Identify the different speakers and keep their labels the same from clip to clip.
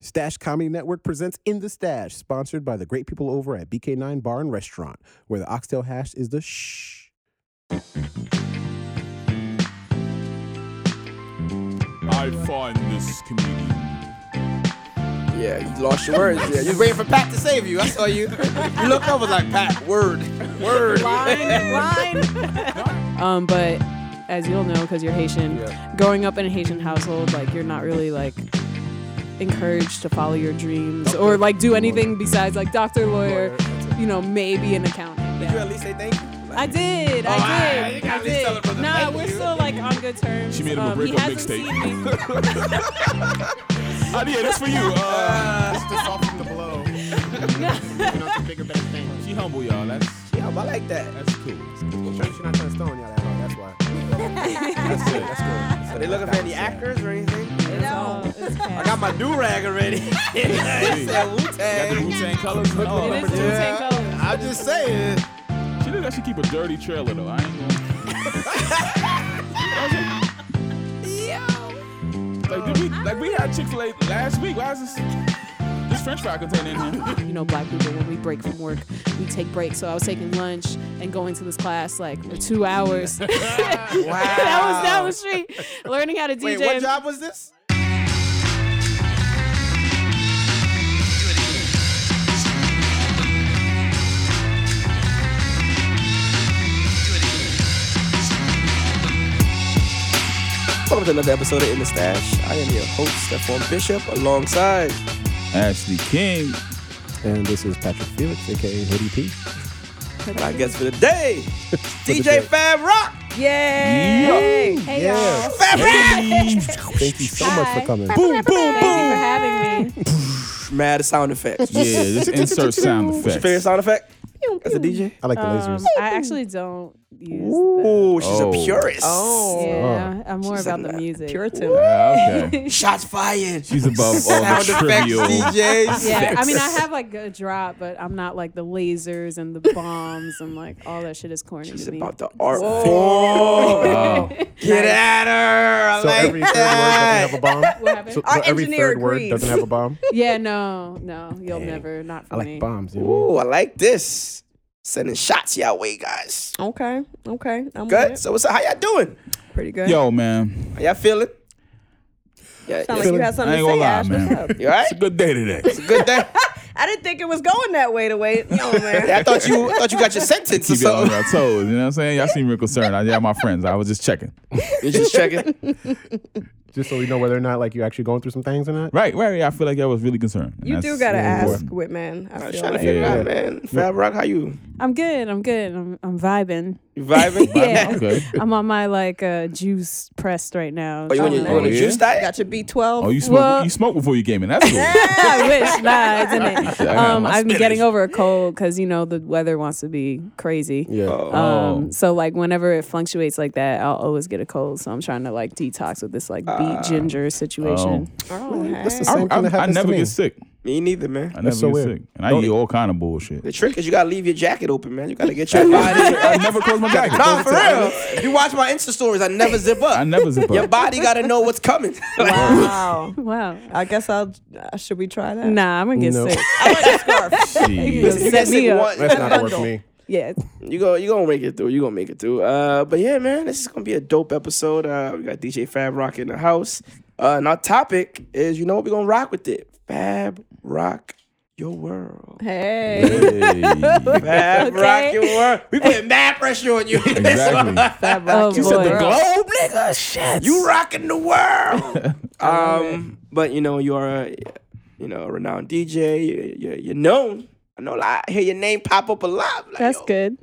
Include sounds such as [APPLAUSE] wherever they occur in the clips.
Speaker 1: Stash Comedy Network presents In the Stash, sponsored by the great people over at BK9 Bar and Restaurant, where the oxtail hash is the shh.
Speaker 2: I find this comedian.
Speaker 3: Yeah, you lost your words. Yeah, you're waiting for Pat to save you. I saw you. You looked over like Pat. Word, word.
Speaker 4: Um, but as you'll know, because you're Haitian, growing up in a Haitian household, like you're not really like encouraged to follow your dreams or like do anything besides like doctor, lawyer, you know, maybe an accountant.
Speaker 3: Did you
Speaker 4: Yeah.
Speaker 3: at least say thank you?
Speaker 4: I did,
Speaker 3: Oh, ah,
Speaker 4: I
Speaker 3: you
Speaker 4: did,
Speaker 3: gotta
Speaker 4: I
Speaker 3: at least tell him for
Speaker 4: did.
Speaker 3: the
Speaker 4: Nah,
Speaker 3: thank
Speaker 4: we're
Speaker 3: you.
Speaker 4: still like on good terms.
Speaker 2: She made him a
Speaker 4: Um, he
Speaker 2: breakup
Speaker 4: hasn't
Speaker 2: mixtape.
Speaker 3: [LAUGHS]
Speaker 4: seen me.
Speaker 2: Oh, yeah, that's for you. Uh,
Speaker 5: Just to soften the blow. you know, to bigger, better things.
Speaker 2: she humble, y'all. That's
Speaker 3: Yeah, I like that.
Speaker 2: that's cool.
Speaker 5: She's not trying to stone y'all at all. That's why.
Speaker 3: That's good. That's good. So they looking for any actors or anything?
Speaker 4: No, it's
Speaker 3: I
Speaker 4: cat.
Speaker 3: got my do rag already.
Speaker 2: Hey, got
Speaker 3: Wu
Speaker 2: the Wu
Speaker 3: Tang.
Speaker 2: Tang colors. and all.
Speaker 4: It is two same colors.
Speaker 5: I'm just saying.
Speaker 2: She did actually keep a dirty trailer though. I ain't gonna. Like, did we, like we had Chick Fil A last week. Why is this this French fry container in here?
Speaker 4: you know, black people, when we break from work, we take breaks. So I was taking lunch and going to this class like for
Speaker 3: [LAUGHS]
Speaker 4: two hours. [LAUGHS] wow. that was down the street, learning how to DJ.
Speaker 3: Wait, what job was this? Welcome to another episode of In the Stash. I am your host, Stephon Bishop, alongside
Speaker 2: [LAUGHS] Ashley King.
Speaker 1: And this is Patrick Felix, aka Hoodie P.
Speaker 3: my guest for the day, DJ Fab Rock.
Speaker 2: Yay!
Speaker 4: Hey,
Speaker 1: Yeah.
Speaker 4: y'all.
Speaker 3: Fab Rock!
Speaker 1: Thank you so much for coming.
Speaker 3: Boom, boom,
Speaker 4: Thank you
Speaker 3: boom.
Speaker 4: for having me.
Speaker 3: Mad sound effects.
Speaker 2: Yeah, this insert sound effects.
Speaker 3: Favorite sound effect? As a DJ?
Speaker 1: I like the
Speaker 4: Um,
Speaker 1: lasers.
Speaker 4: I actually don't use that.
Speaker 3: Ooh, she's
Speaker 2: Oh.
Speaker 3: a purist.
Speaker 4: Oh. Yeah, I'm more
Speaker 3: She's
Speaker 4: about
Speaker 3: a
Speaker 4: the music.
Speaker 3: Puritan.
Speaker 2: Yeah, okay.
Speaker 3: Shots fired.
Speaker 2: She's above all
Speaker 3: Sound
Speaker 2: the
Speaker 3: effects,
Speaker 2: trivial.
Speaker 3: DJs.
Speaker 4: Yeah, I mean, I have like a drop, but I'm not like the lasers and the bombs and like all that shit is corny
Speaker 3: She's
Speaker 4: to me.
Speaker 3: about the art form.
Speaker 2: Wow.
Speaker 3: Get at her. I
Speaker 5: So
Speaker 1: uh,
Speaker 5: every
Speaker 3: like
Speaker 5: third
Speaker 3: that.
Speaker 5: word doesn't have a bomb.
Speaker 4: What happened?
Speaker 5: So, so
Speaker 6: Our
Speaker 5: every
Speaker 6: engineer
Speaker 5: third word
Speaker 6: agrees.
Speaker 5: doesn't have a bomb.
Speaker 4: yeah, no, no, you'll never, not for
Speaker 1: I
Speaker 4: me.
Speaker 1: like bombs. You know?
Speaker 3: Ooh, I like this. Sending shots y'all way, guys.
Speaker 6: Okay, okay, I'm
Speaker 3: Good.
Speaker 6: With
Speaker 3: So what's up? How y'all doing?
Speaker 6: it. Pretty good.
Speaker 2: Yo, man,
Speaker 3: How y'all feeling? Yeah,
Speaker 6: Sound like you had something
Speaker 2: I ain't
Speaker 6: to say,
Speaker 2: gonna lie,
Speaker 6: Ash.
Speaker 2: man.
Speaker 6: What's up?
Speaker 3: you all right?
Speaker 2: it's a good day today.
Speaker 3: Good day.
Speaker 6: I didn't think it was going that way to wait. Yo, man.
Speaker 3: Yeah, I thought you I thought you got your sentence or
Speaker 2: Keep y'all on
Speaker 3: something.
Speaker 2: your toes. You know what I'm saying? Y'all seem real concerned. I yeah, my friends. I was just checking.
Speaker 3: You're just checking.
Speaker 5: Just so we know whether or not like you're actually going through some things or not.
Speaker 3: Oh.
Speaker 2: Right, right. I feel like I was really concerned. and
Speaker 6: you
Speaker 2: that's
Speaker 6: do gotta
Speaker 2: really
Speaker 6: ask
Speaker 2: important.
Speaker 6: Whitman.
Speaker 3: [LAUGHS]
Speaker 6: I
Speaker 3: I'm
Speaker 6: feel
Speaker 3: trying to
Speaker 6: like.
Speaker 3: figure
Speaker 2: Yeah.
Speaker 3: out, man. Fab Rock, how you?
Speaker 4: I'm good. I'm good. I'm I'm vibing.
Speaker 3: You vibing?
Speaker 4: Yeah.
Speaker 2: [LAUGHS] Okay.
Speaker 4: I'm on my like uh, juice pressed right now.
Speaker 3: Are Oh, you on
Speaker 4: so-
Speaker 3: your, you on a
Speaker 2: yeah?
Speaker 3: juice diet?
Speaker 6: Got your B12.
Speaker 2: Oh, you smoke.
Speaker 4: Well-
Speaker 2: you smoke before you came in. That's cool.
Speaker 4: I wish, nah, it's in it.
Speaker 2: I got
Speaker 4: Um,
Speaker 2: my
Speaker 4: I'm
Speaker 2: spinach.
Speaker 4: getting over a cold because you know the weather wants to be crazy.
Speaker 1: Yeah.
Speaker 2: Oh.
Speaker 4: Um, so like whenever it fluctuates like that, I'll always get a cold. So I'm trying to like detox with this like beet ginger situation.
Speaker 6: Oh,
Speaker 1: That's the
Speaker 6: hey.
Speaker 1: same
Speaker 2: I,
Speaker 1: thing that
Speaker 2: I- I
Speaker 1: happens
Speaker 2: never
Speaker 1: to me.
Speaker 2: get sick.
Speaker 3: Me neither, man.
Speaker 2: I never
Speaker 1: so
Speaker 2: get
Speaker 1: weird.
Speaker 2: sick, and I
Speaker 1: Don't-
Speaker 2: eat all kind of bullshit.
Speaker 3: [LAUGHS] The trick is you gotta leave your jacket open, man. You gotta get your
Speaker 2: [LAUGHS]
Speaker 3: body.
Speaker 2: I never close my jacket.
Speaker 3: Nah, for real. If you watch my Insta stories, I never zip up.
Speaker 2: I never zip
Speaker 3: Your
Speaker 2: up.
Speaker 3: body gotta know what's coming. [LAUGHS] Like,
Speaker 6: Wow.
Speaker 4: Wow.
Speaker 6: I guess I'll. Uh, should we try that?
Speaker 4: Nah, I'm gonna get
Speaker 1: No.
Speaker 4: sick.
Speaker 6: I want a scarf.
Speaker 2: Jeez.
Speaker 3: you
Speaker 4: Set
Speaker 3: get
Speaker 4: me
Speaker 3: sick
Speaker 4: up.
Speaker 3: once-
Speaker 5: That's not gonna work for me.
Speaker 4: Yeah.
Speaker 3: You go, you gonna make it through. You gonna make it through. Uh, but yeah, man, this is gonna be a dope episode. Uh, we got DJ Fab Rock in the house, uh, and our topic is, you know, what? we gonna rock with it. Fab Rock your
Speaker 4: [LAUGHS]
Speaker 3: world.
Speaker 6: Hey.
Speaker 2: Hey.
Speaker 3: Fab
Speaker 4: Okay.
Speaker 3: Rock your world. We putting mad pressure on you. [LAUGHS]
Speaker 2: Exactly.
Speaker 6: Fab
Speaker 4: [LAUGHS] Oh,
Speaker 6: Rock.
Speaker 4: boy.
Speaker 3: said the globe, nigga. Shit, you rocking the
Speaker 4: [LAUGHS]
Speaker 3: world. um, but you know you are, a, you know, a renowned DJ. You, you, you're known. I know. Like, I hear your name pop up a lot. I'm Like,
Speaker 4: That's
Speaker 3: yo,
Speaker 4: good.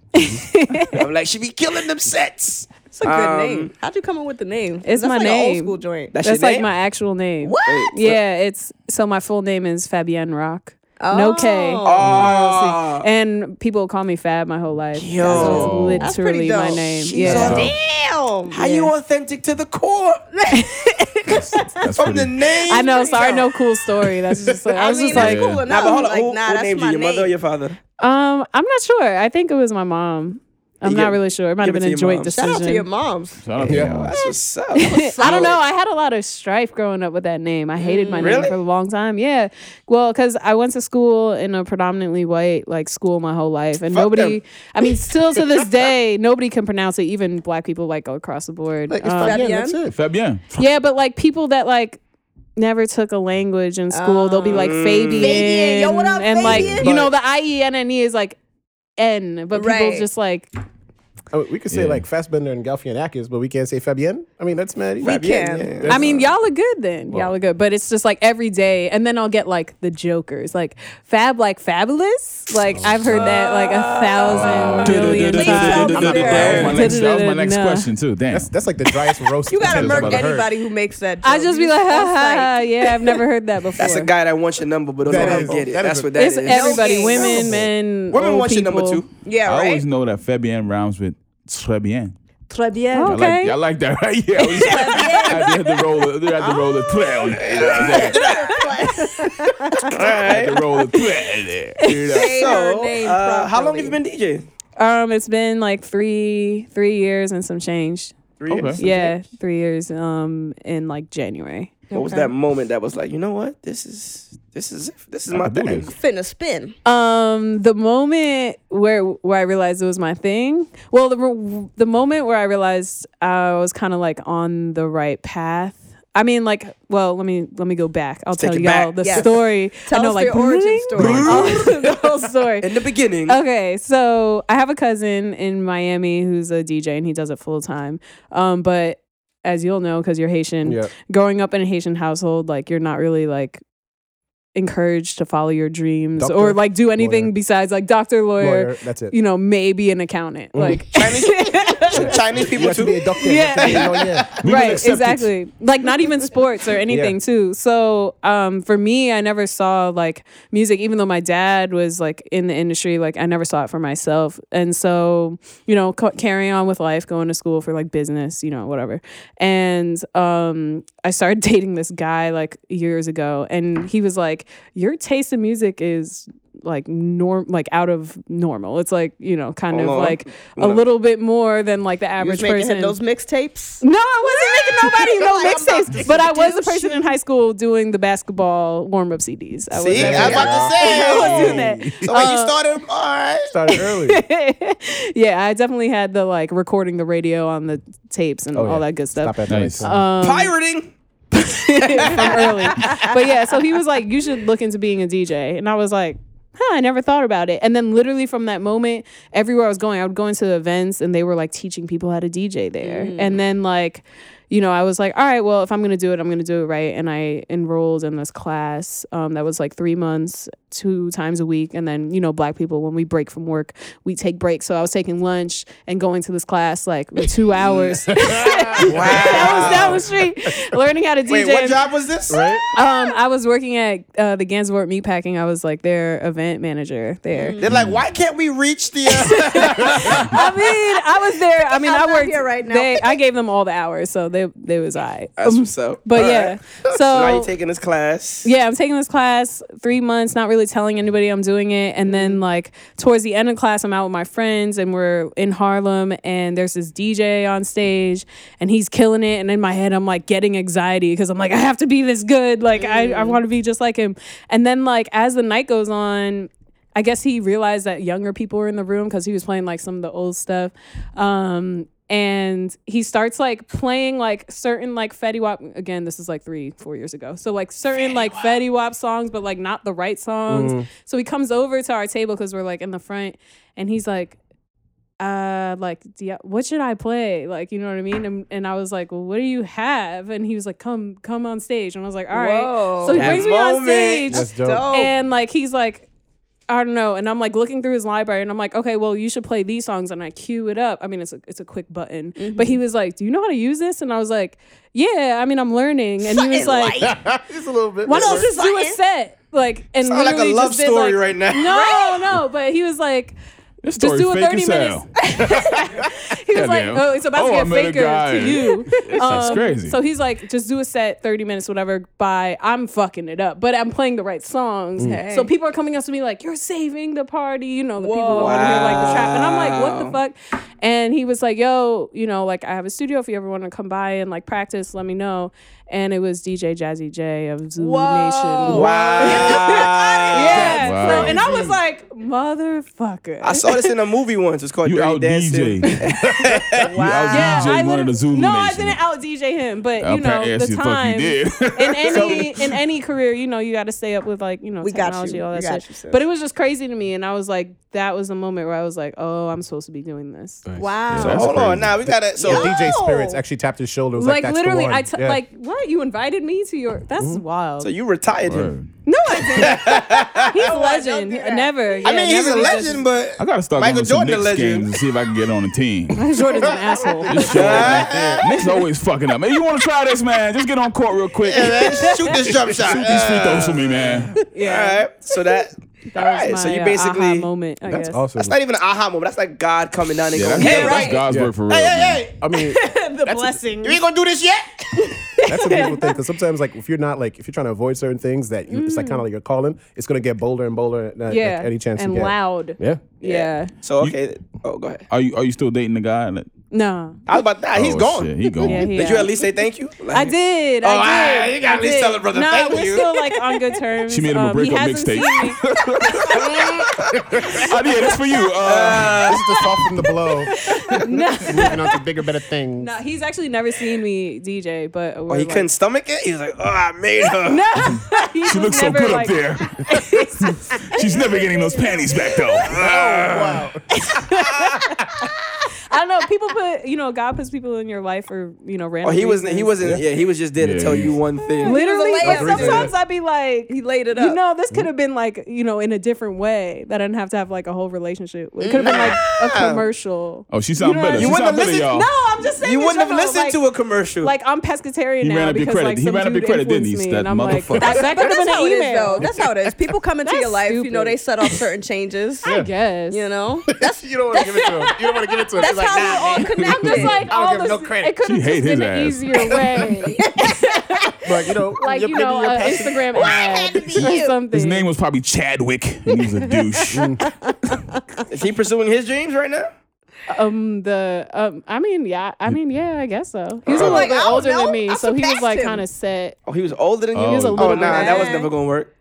Speaker 3: I'm like, she be killing them sets.
Speaker 6: That's a good
Speaker 3: Um,
Speaker 6: name. How'd you come up with the name?
Speaker 4: It's
Speaker 6: That's
Speaker 4: my
Speaker 6: like an
Speaker 4: name.
Speaker 6: old school joint.
Speaker 3: That's,
Speaker 4: That's
Speaker 3: your
Speaker 4: like
Speaker 3: name?
Speaker 4: my actual name.
Speaker 3: What?
Speaker 4: Yeah, it's so my full name is Fabienne Rock. No K.
Speaker 6: Oh.
Speaker 3: Oh.
Speaker 4: And people call me Fab my whole life.
Speaker 3: Yo.
Speaker 4: So it's
Speaker 6: That's
Speaker 4: literally
Speaker 6: pretty
Speaker 4: my
Speaker 6: dope.
Speaker 4: name.
Speaker 3: She's
Speaker 4: yeah.
Speaker 3: on it.
Speaker 6: Damn.
Speaker 3: How you authentic to the core? [LAUGHS]
Speaker 2: That's
Speaker 3: From the
Speaker 2: pretty.
Speaker 3: name.
Speaker 4: I know.
Speaker 3: Now,
Speaker 4: Sorry, no cool story. That's just like I was just like,
Speaker 6: that's cool
Speaker 2: Nah,
Speaker 6: enough.
Speaker 3: but hold on.
Speaker 6: Like,
Speaker 3: who
Speaker 6: nah,
Speaker 3: who
Speaker 6: that's
Speaker 3: named you?
Speaker 6: my
Speaker 3: Your mother or
Speaker 6: name.
Speaker 3: your father?
Speaker 4: um, I'm not sure. I think it was my mom. I'm
Speaker 3: You
Speaker 4: not
Speaker 3: give-
Speaker 4: really sure. It might have
Speaker 3: give it
Speaker 4: been
Speaker 3: to
Speaker 4: a
Speaker 3: your
Speaker 4: joint
Speaker 3: mom.
Speaker 6: Shout
Speaker 4: decision.
Speaker 6: out to your moms.
Speaker 2: Shout out to
Speaker 1: Yeah.
Speaker 2: them.
Speaker 3: That's what's up.
Speaker 4: [LAUGHS] I don't know. I had a lot of strife growing up with that name. I hated
Speaker 6: Mm.
Speaker 4: my
Speaker 3: Really?
Speaker 4: name for a long time. Yeah. Well, because I went to school in a predominantly white like school my whole life, and
Speaker 3: Fuck
Speaker 4: nobody.
Speaker 3: them.
Speaker 4: I mean, still
Speaker 6: [LAUGHS]
Speaker 4: to this day, nobody can pronounce it. Even black people like go across the board.
Speaker 1: Like, it's
Speaker 4: Um,
Speaker 1: Fabienne,
Speaker 6: Fabienne?
Speaker 1: that's it.
Speaker 2: Fabian.
Speaker 4: yeah, but like people that like. Never took a language in school. They'll be like Fabian,
Speaker 6: Um. Fabian. Yo, what up,
Speaker 4: and like
Speaker 6: Fabian?
Speaker 4: you know the I E N N E is like N, but
Speaker 6: Right.
Speaker 4: people just like
Speaker 1: Oh, we could say
Speaker 2: Yeah.
Speaker 1: like Fassbender and Galfianakis, but we can't say Fabienne. I mean, that's mad.
Speaker 6: We can.
Speaker 1: That's-
Speaker 4: I mean, y'all are good then. y'all are good, but it's just like every day, and then I'll get like the jokers, like Fab, like fabulous. Like I've heard that like a thousand
Speaker 2: Ah.
Speaker 4: million
Speaker 6: Please tell me
Speaker 4: times.
Speaker 6: there.
Speaker 2: That was my next- that was my next
Speaker 4: Nah.
Speaker 2: question too. Damn.
Speaker 1: That's that's like the driest roast.
Speaker 6: You gotta
Speaker 1: potatoes I've
Speaker 6: murk
Speaker 1: ever heard.
Speaker 6: anybody who makes that. Joke.
Speaker 4: I just be
Speaker 6: You
Speaker 4: like,
Speaker 6: on
Speaker 4: [LAUGHS] ha ha, ha,
Speaker 6: site.
Speaker 4: yeah, I've never heard that before.
Speaker 3: That's a guy that wants your number but don't
Speaker 1: That
Speaker 3: know how to
Speaker 1: is-
Speaker 3: get it.
Speaker 1: that is
Speaker 3: That's
Speaker 1: a-
Speaker 3: what that
Speaker 4: It's
Speaker 3: is.
Speaker 4: everybody,
Speaker 6: No
Speaker 4: women,
Speaker 6: game.
Speaker 4: men,
Speaker 3: Women
Speaker 4: old
Speaker 3: want your number
Speaker 4: people.
Speaker 3: two.
Speaker 6: Yeah,
Speaker 2: I always
Speaker 6: right.
Speaker 2: know that Fabian rhymes with très bien.
Speaker 6: Très bien.
Speaker 2: Y'all
Speaker 4: Okay.
Speaker 2: like, y'all like that, right? [LAUGHS] Yeah. I
Speaker 4: [LAUGHS]
Speaker 2: was- I had to roll. it- I had to roll
Speaker 4: Oh,
Speaker 2: a play on it. You know what I'm saying?
Speaker 4: [LAUGHS]
Speaker 2: I had to roll a play in there. You know?
Speaker 6: Say her name
Speaker 3: Uh, how long
Speaker 6: properly.
Speaker 3: have you been DJing?
Speaker 4: Um, it's been like three, three years and some change.
Speaker 3: Three
Speaker 2: Okay.
Speaker 3: years?
Speaker 4: Yeah, three years. Um, in like January.
Speaker 3: What was that moment that was like, you know what? This is this is this is my
Speaker 2: can do
Speaker 3: thing.
Speaker 2: this.
Speaker 6: Finna spin.
Speaker 4: Um, the moment where where I realized it was my thing. Well, the re- the moment where I realized I was kind of like on the right path. I mean, like, well, let me let me go back. I'll
Speaker 3: take
Speaker 4: tell
Speaker 3: it
Speaker 4: y'all
Speaker 3: back.
Speaker 4: the
Speaker 6: Yes.
Speaker 4: story.
Speaker 6: Tell
Speaker 4: I know,
Speaker 6: us
Speaker 4: like,
Speaker 6: your origin
Speaker 3: [LAUGHS]
Speaker 6: story.
Speaker 4: [LAUGHS] the whole story.
Speaker 3: In the beginning,
Speaker 4: Okay, so I have a cousin in Miami who's a DJ and he does it full time. Um, but as you'll know, because you're Haitian,
Speaker 1: Yeah.
Speaker 4: growing up in a Haitian household, like you're not really like encouraged to follow your dreams
Speaker 1: Doctor,
Speaker 4: or like do anything
Speaker 1: lawyer.
Speaker 4: besides like doctor, lawyer,
Speaker 1: Lawyer, Mm. that's it.
Speaker 4: you know, maybe an accountant. Like
Speaker 3: [LAUGHS] Chinese
Speaker 1: You
Speaker 3: people
Speaker 1: have to be
Speaker 3: too.
Speaker 1: a doctor.
Speaker 4: Yeah.
Speaker 1: You have to be a lawyer.
Speaker 2: We will
Speaker 4: [LAUGHS] right
Speaker 2: accept it.
Speaker 4: exactly like not even
Speaker 6: [LAUGHS]
Speaker 4: sports or anything too so um for me i never saw like music even though my dad was like in the industry like i never saw it for myself and so you know c- carrying on with life going to school for like business you know whatever and um i started [LAUGHS] dating this guy like years ago and he was like your taste in music is like norm like out of normal it's like you know kind
Speaker 3: Hold
Speaker 4: of
Speaker 3: on.
Speaker 4: like a little bit more than like the
Speaker 6: Oh, You was
Speaker 4: average
Speaker 6: making
Speaker 4: person
Speaker 6: him those mixtapes.
Speaker 4: no, I wasn't making nobody no mixtapes, but I was the
Speaker 6: douche.
Speaker 4: person in high school doing the basketball warm up CDs. [LAUGHS] I
Speaker 3: See,
Speaker 4: was
Speaker 3: I was about to say.
Speaker 4: I was doing that.
Speaker 3: So when you started, all
Speaker 4: um,
Speaker 3: right.
Speaker 1: Started early.
Speaker 4: yeah, I definitely had the like recording the radio on the tapes and
Speaker 1: Oh,
Speaker 4: all
Speaker 1: yeah.
Speaker 4: that good stuff
Speaker 1: Stop at
Speaker 2: Nice.
Speaker 1: nice. Um,
Speaker 3: pirating.
Speaker 4: from early. But yeah, so he was like, "You should look into being a DJ," and I was like. Huh, I never thought about it. And then, literally, from that moment, everywhere I was going, I would go into the events and they were like teaching people how to DJ there.
Speaker 3: Mm.
Speaker 4: And then, like, you know, I was like, all right, well, if I'm going to do it, I'm going to do it right. And I enrolled in this class um, that was like three months, two times a week. And then, you know, black people, when we break from work, we take breaks. So I was taking lunch and going to this class like for
Speaker 3: [LAUGHS]
Speaker 4: two hours. [LAUGHS] I was down the street learning how to DJ.
Speaker 3: Wait, what
Speaker 4: and-
Speaker 3: job was this?
Speaker 4: um, I was working at uh, the Gansevoort Meatpacking. I was like their event manager there.
Speaker 6: Mm.
Speaker 3: They're like, why can't we reach the? Uh,
Speaker 4: I mean, I was there. I mean,
Speaker 6: I'm
Speaker 4: I
Speaker 6: not
Speaker 4: worked
Speaker 6: here right now.
Speaker 4: They, I gave them all the hours, so they they was I.
Speaker 3: [LAUGHS] That's what's up.
Speaker 4: But
Speaker 3: All
Speaker 4: yeah,
Speaker 3: right.
Speaker 4: so,
Speaker 3: now you're taking this class.
Speaker 4: yeah, I'm taking this class three months, not really telling anybody I'm doing it. And then, like, towards the end of class, I'm out with my friends and we're in Harlem, and there's this DJ on stage and he's killing it. And in my head, I'm like getting anxiety because I'm like, I have to be this good. Like, I, I want to be just like him. And then, like, as the night goes on, I guess he realized that younger people were in the room because he was playing like some of the old stuff. Um, and he starts like playing like certain like Fetty Wap again. This is like three, four years ago. So like certain like Fetty Wap songs, but like not the right songs. So he comes over to our table because we're like in the front, and he's like, uh like do ya- what should i play like you know what i mean and, and i was like well what do you have and he was like come come on stage and i was like all right
Speaker 6: Whoa.
Speaker 4: so he
Speaker 3: That
Speaker 4: brings me on
Speaker 3: moment.
Speaker 4: stage
Speaker 1: That's dope.
Speaker 6: Oh.
Speaker 4: and like he's like I don't know, and I'm like looking through his library, and I'm like, okay, well, you should play these songs, and I cue it up. I mean, it's a it's a quick button, but he was like, do you know how to use this? And I was like, yeah, I mean, I'm learning, and he was like,
Speaker 1: Just a little bit.
Speaker 4: why don't you just do a
Speaker 6: Something.
Speaker 4: set? Like, and
Speaker 3: Sound like a
Speaker 4: literally
Speaker 3: love
Speaker 4: just did,
Speaker 3: story
Speaker 4: like-
Speaker 3: right now.
Speaker 4: No, no, but he was like,
Speaker 2: This
Speaker 4: just
Speaker 2: story
Speaker 4: do a
Speaker 2: fake
Speaker 4: 30
Speaker 2: as
Speaker 4: minutes.
Speaker 2: hell.
Speaker 4: [LAUGHS] he was
Speaker 2: Yeah,
Speaker 4: like,
Speaker 2: man.
Speaker 4: oh, it's about
Speaker 2: Oh,
Speaker 4: to
Speaker 2: I
Speaker 4: get
Speaker 2: met a
Speaker 4: faker
Speaker 2: guy.
Speaker 4: to you.
Speaker 2: [LAUGHS]
Speaker 4: Um,
Speaker 2: That's crazy.
Speaker 4: So he's like, just do a set, 30 minutes, whatever, by I'm fucking it up, but I'm playing the right songs.
Speaker 2: Mm.
Speaker 4: So people are coming up to me like, you're saving the party, you know, the people who want to hear like the trap. And I'm like, what the fuck? And he was like, yo, you know, like I have a studio if you ever want to come by and like practice, let me know. And it was DJ Jazzy J of Zulu Nation. [LAUGHS]
Speaker 3: Wow.
Speaker 4: Yeah.
Speaker 2: Wow.
Speaker 4: So, and I was like, motherfucker.
Speaker 3: I saw this in a movie once. It's called
Speaker 2: You
Speaker 3: Dirty
Speaker 2: out
Speaker 3: Dancing. [LAUGHS]
Speaker 2: DJ. You out DJ one of
Speaker 4: literally-
Speaker 2: the Zulu
Speaker 4: No, I
Speaker 2: Nation.
Speaker 4: didn't out DJ him, but
Speaker 2: I'll
Speaker 4: you know,
Speaker 2: probably ask
Speaker 4: the
Speaker 2: you the fuck
Speaker 4: time
Speaker 2: you did.
Speaker 1: [LAUGHS]
Speaker 4: [LAUGHS] in any in any career, you know, you got to stay up with like you know
Speaker 6: We got
Speaker 4: technology,
Speaker 6: you.
Speaker 4: all that
Speaker 6: We got you,
Speaker 4: shit.
Speaker 6: sis.
Speaker 4: but it was just crazy to me, and I was like, that was the moment where I was like, oh, I'm supposed to be doing this.
Speaker 2: Nice.
Speaker 6: Wow.
Speaker 2: Yeah,
Speaker 3: So
Speaker 2: that's
Speaker 3: hold on,
Speaker 2: crazy.
Speaker 3: now we gotta. So
Speaker 1: So DJ
Speaker 6: No.
Speaker 1: Spirits actually tapped his shoulder. Was like,
Speaker 4: Like,
Speaker 1: That's
Speaker 4: literally,
Speaker 1: the one.
Speaker 4: I t-
Speaker 1: Yeah. Mm-hmm.
Speaker 4: like what you invited me to your. That's wild.
Speaker 3: So you retired him.
Speaker 2: Word.
Speaker 4: no, I didn't. He's a legend.
Speaker 6: do that.
Speaker 4: Never.
Speaker 3: I
Speaker 4: yeah,
Speaker 3: mean, he's
Speaker 4: never
Speaker 3: a
Speaker 4: be
Speaker 3: legend, but
Speaker 2: [LAUGHS] I gotta start
Speaker 3: Michael
Speaker 2: going to some
Speaker 3: Jordan, the
Speaker 2: Knicks
Speaker 3: legend.
Speaker 2: games and see if I can get on a
Speaker 4: [LAUGHS]
Speaker 2: team.
Speaker 4: judged. [LAUGHS] Jordan's
Speaker 3: [LAUGHS]
Speaker 4: an asshole.
Speaker 2: Knicks always fucking up. Man, you want to try this, man? Just get on court real quick.
Speaker 3: man, [LAUGHS] shoot this jump shot.
Speaker 2: Shoot these free throws for me, man.
Speaker 4: Yeah,
Speaker 3: All right, so that. all
Speaker 4: that
Speaker 3: right,
Speaker 4: was my
Speaker 3: so you
Speaker 4: uh,
Speaker 3: basically.
Speaker 4: aha moment. I
Speaker 1: That's
Speaker 4: guess.
Speaker 1: awesome.
Speaker 3: That's not even an aha moment. That's like God coming down and
Speaker 2: Yeah,
Speaker 3: going,
Speaker 2: that's,
Speaker 3: "Hey,
Speaker 2: that's
Speaker 3: right,
Speaker 2: God's
Speaker 1: Yeah.
Speaker 2: work for real.
Speaker 3: hey,
Speaker 2: man.
Speaker 3: hey, hey,
Speaker 1: I mean,
Speaker 4: the blessing.
Speaker 3: you ain't gonna do this yet."
Speaker 1: that's a beautiful thing because sometimes, like, if you're not like, if you're trying to avoid certain things that you, it's like kind of like your calling, it's gonna get bolder and bolder. At, at-
Speaker 4: Yeah.
Speaker 1: at any chance
Speaker 4: and
Speaker 1: you get.
Speaker 4: loud.
Speaker 1: Yeah.
Speaker 4: Yeah.
Speaker 3: So okay, oh go ahead.
Speaker 2: Are you are you still dating the guy? Like,
Speaker 4: No.
Speaker 3: I was about that. he's
Speaker 2: oh,
Speaker 3: gone.
Speaker 2: shit, he gone.
Speaker 4: Yeah, he
Speaker 3: Did you
Speaker 4: out.
Speaker 3: at least say thank you? Like-
Speaker 4: I did.
Speaker 3: Oh,
Speaker 4: I
Speaker 3: ah,
Speaker 4: did.
Speaker 3: you gotta
Speaker 4: I
Speaker 3: at least
Speaker 4: did.
Speaker 3: tell her, brother,
Speaker 4: Nah,
Speaker 3: thank
Speaker 4: we're
Speaker 3: you.
Speaker 4: still like
Speaker 3: [LAUGHS]
Speaker 4: on good terms.
Speaker 2: She made him a
Speaker 4: Um, he
Speaker 2: breakup
Speaker 4: hasn't
Speaker 2: mixtape.
Speaker 4: seen me.
Speaker 3: [LAUGHS]
Speaker 2: Oh, yeah, that's for you. Uh,
Speaker 1: This is to soften the blow.
Speaker 4: no,
Speaker 5: Moving on to bigger, better things.
Speaker 4: no, he's actually never seen me DJ, but
Speaker 3: Oh, he
Speaker 4: [LAUGHS]
Speaker 3: couldn't stomach it. He was like, "Oh, I
Speaker 6: [LAUGHS]
Speaker 3: made her." No.
Speaker 2: she looks so good up
Speaker 4: [LAUGHS]
Speaker 2: there. [LAUGHS] She's never getting those panties back though. Ah.
Speaker 4: I don't know. People put, you know, God puts people in your life for, you know,
Speaker 3: Oh,
Speaker 4: random.
Speaker 3: he wasn't. He
Speaker 4: reasons.
Speaker 3: wasn't. Yeah, he was just there to
Speaker 2: Yeah,
Speaker 3: tell
Speaker 2: he-
Speaker 3: you one thing.
Speaker 4: Literally,
Speaker 6: He was a
Speaker 4: and
Speaker 6: layup.
Speaker 4: sometimes I'd be like,
Speaker 6: He laid it up.
Speaker 4: you know, this could have been like, you know, in a different way that I didn't have to have like a whole relationship. It could have been like a commercial.
Speaker 2: Oh, she sound
Speaker 4: You know
Speaker 2: better.
Speaker 4: what
Speaker 2: She
Speaker 4: I mean?
Speaker 2: sound better,
Speaker 3: You
Speaker 2: y'all.
Speaker 3: wouldn't
Speaker 4: No, I'm just saying.
Speaker 3: You
Speaker 4: in
Speaker 3: wouldn't have
Speaker 4: general,
Speaker 3: listened
Speaker 4: like-
Speaker 3: to a commercial.
Speaker 4: Like I'm pescatarian
Speaker 2: He
Speaker 4: now
Speaker 2: ran up your
Speaker 4: because
Speaker 2: credit.
Speaker 4: like
Speaker 2: He
Speaker 4: some
Speaker 2: ran up your
Speaker 4: dude
Speaker 2: credit, didn't he?
Speaker 4: influenced me,
Speaker 2: That
Speaker 4: and I'm like,
Speaker 2: motherfucker.
Speaker 4: that, that could
Speaker 6: But
Speaker 4: have been
Speaker 6: that's how
Speaker 4: an
Speaker 6: it is,
Speaker 4: email.
Speaker 6: though. That's how it is. People come into
Speaker 4: That's
Speaker 6: your life, you know,
Speaker 4: stupid.
Speaker 6: they set off certain changes.
Speaker 4: I guess.
Speaker 6: You know,
Speaker 5: That's you don't want to give it to him. You don't want to give it to him.
Speaker 6: that's
Speaker 5: He's like,
Speaker 6: how
Speaker 5: nah,
Speaker 6: we're all
Speaker 5: man.
Speaker 6: connected.
Speaker 4: I'm just like,
Speaker 5: I don't
Speaker 4: all
Speaker 5: give him
Speaker 4: this,
Speaker 5: no credit.
Speaker 4: It could
Speaker 2: She
Speaker 4: have
Speaker 2: hate
Speaker 4: just
Speaker 2: his
Speaker 4: been
Speaker 2: ass.
Speaker 4: an easier way,
Speaker 1: But you know,
Speaker 4: like
Speaker 1: your-
Speaker 4: you
Speaker 1: maybe
Speaker 4: know, uh,
Speaker 1: your
Speaker 4: an [LAUGHS]
Speaker 1: passion-
Speaker 4: Instagram ad or something.
Speaker 2: His name was probably Chadwick, and he was
Speaker 4: [LAUGHS]
Speaker 2: a douche.
Speaker 3: Mm. is he pursuing his dreams right now?
Speaker 4: um the um. I mean, yeah. I mean, yeah. I guess so. He's a little
Speaker 6: like, I
Speaker 4: bit
Speaker 6: don't
Speaker 4: older
Speaker 6: know.
Speaker 4: than me,
Speaker 6: I
Speaker 4: so he was
Speaker 6: surpassed
Speaker 4: like
Speaker 6: him.
Speaker 4: kind of set.
Speaker 3: Oh, he was older than you.
Speaker 2: Oh,
Speaker 4: He was a
Speaker 2: yeah.
Speaker 4: little
Speaker 3: oh
Speaker 4: bit
Speaker 3: nah, that was
Speaker 4: mad.
Speaker 3: never gonna work.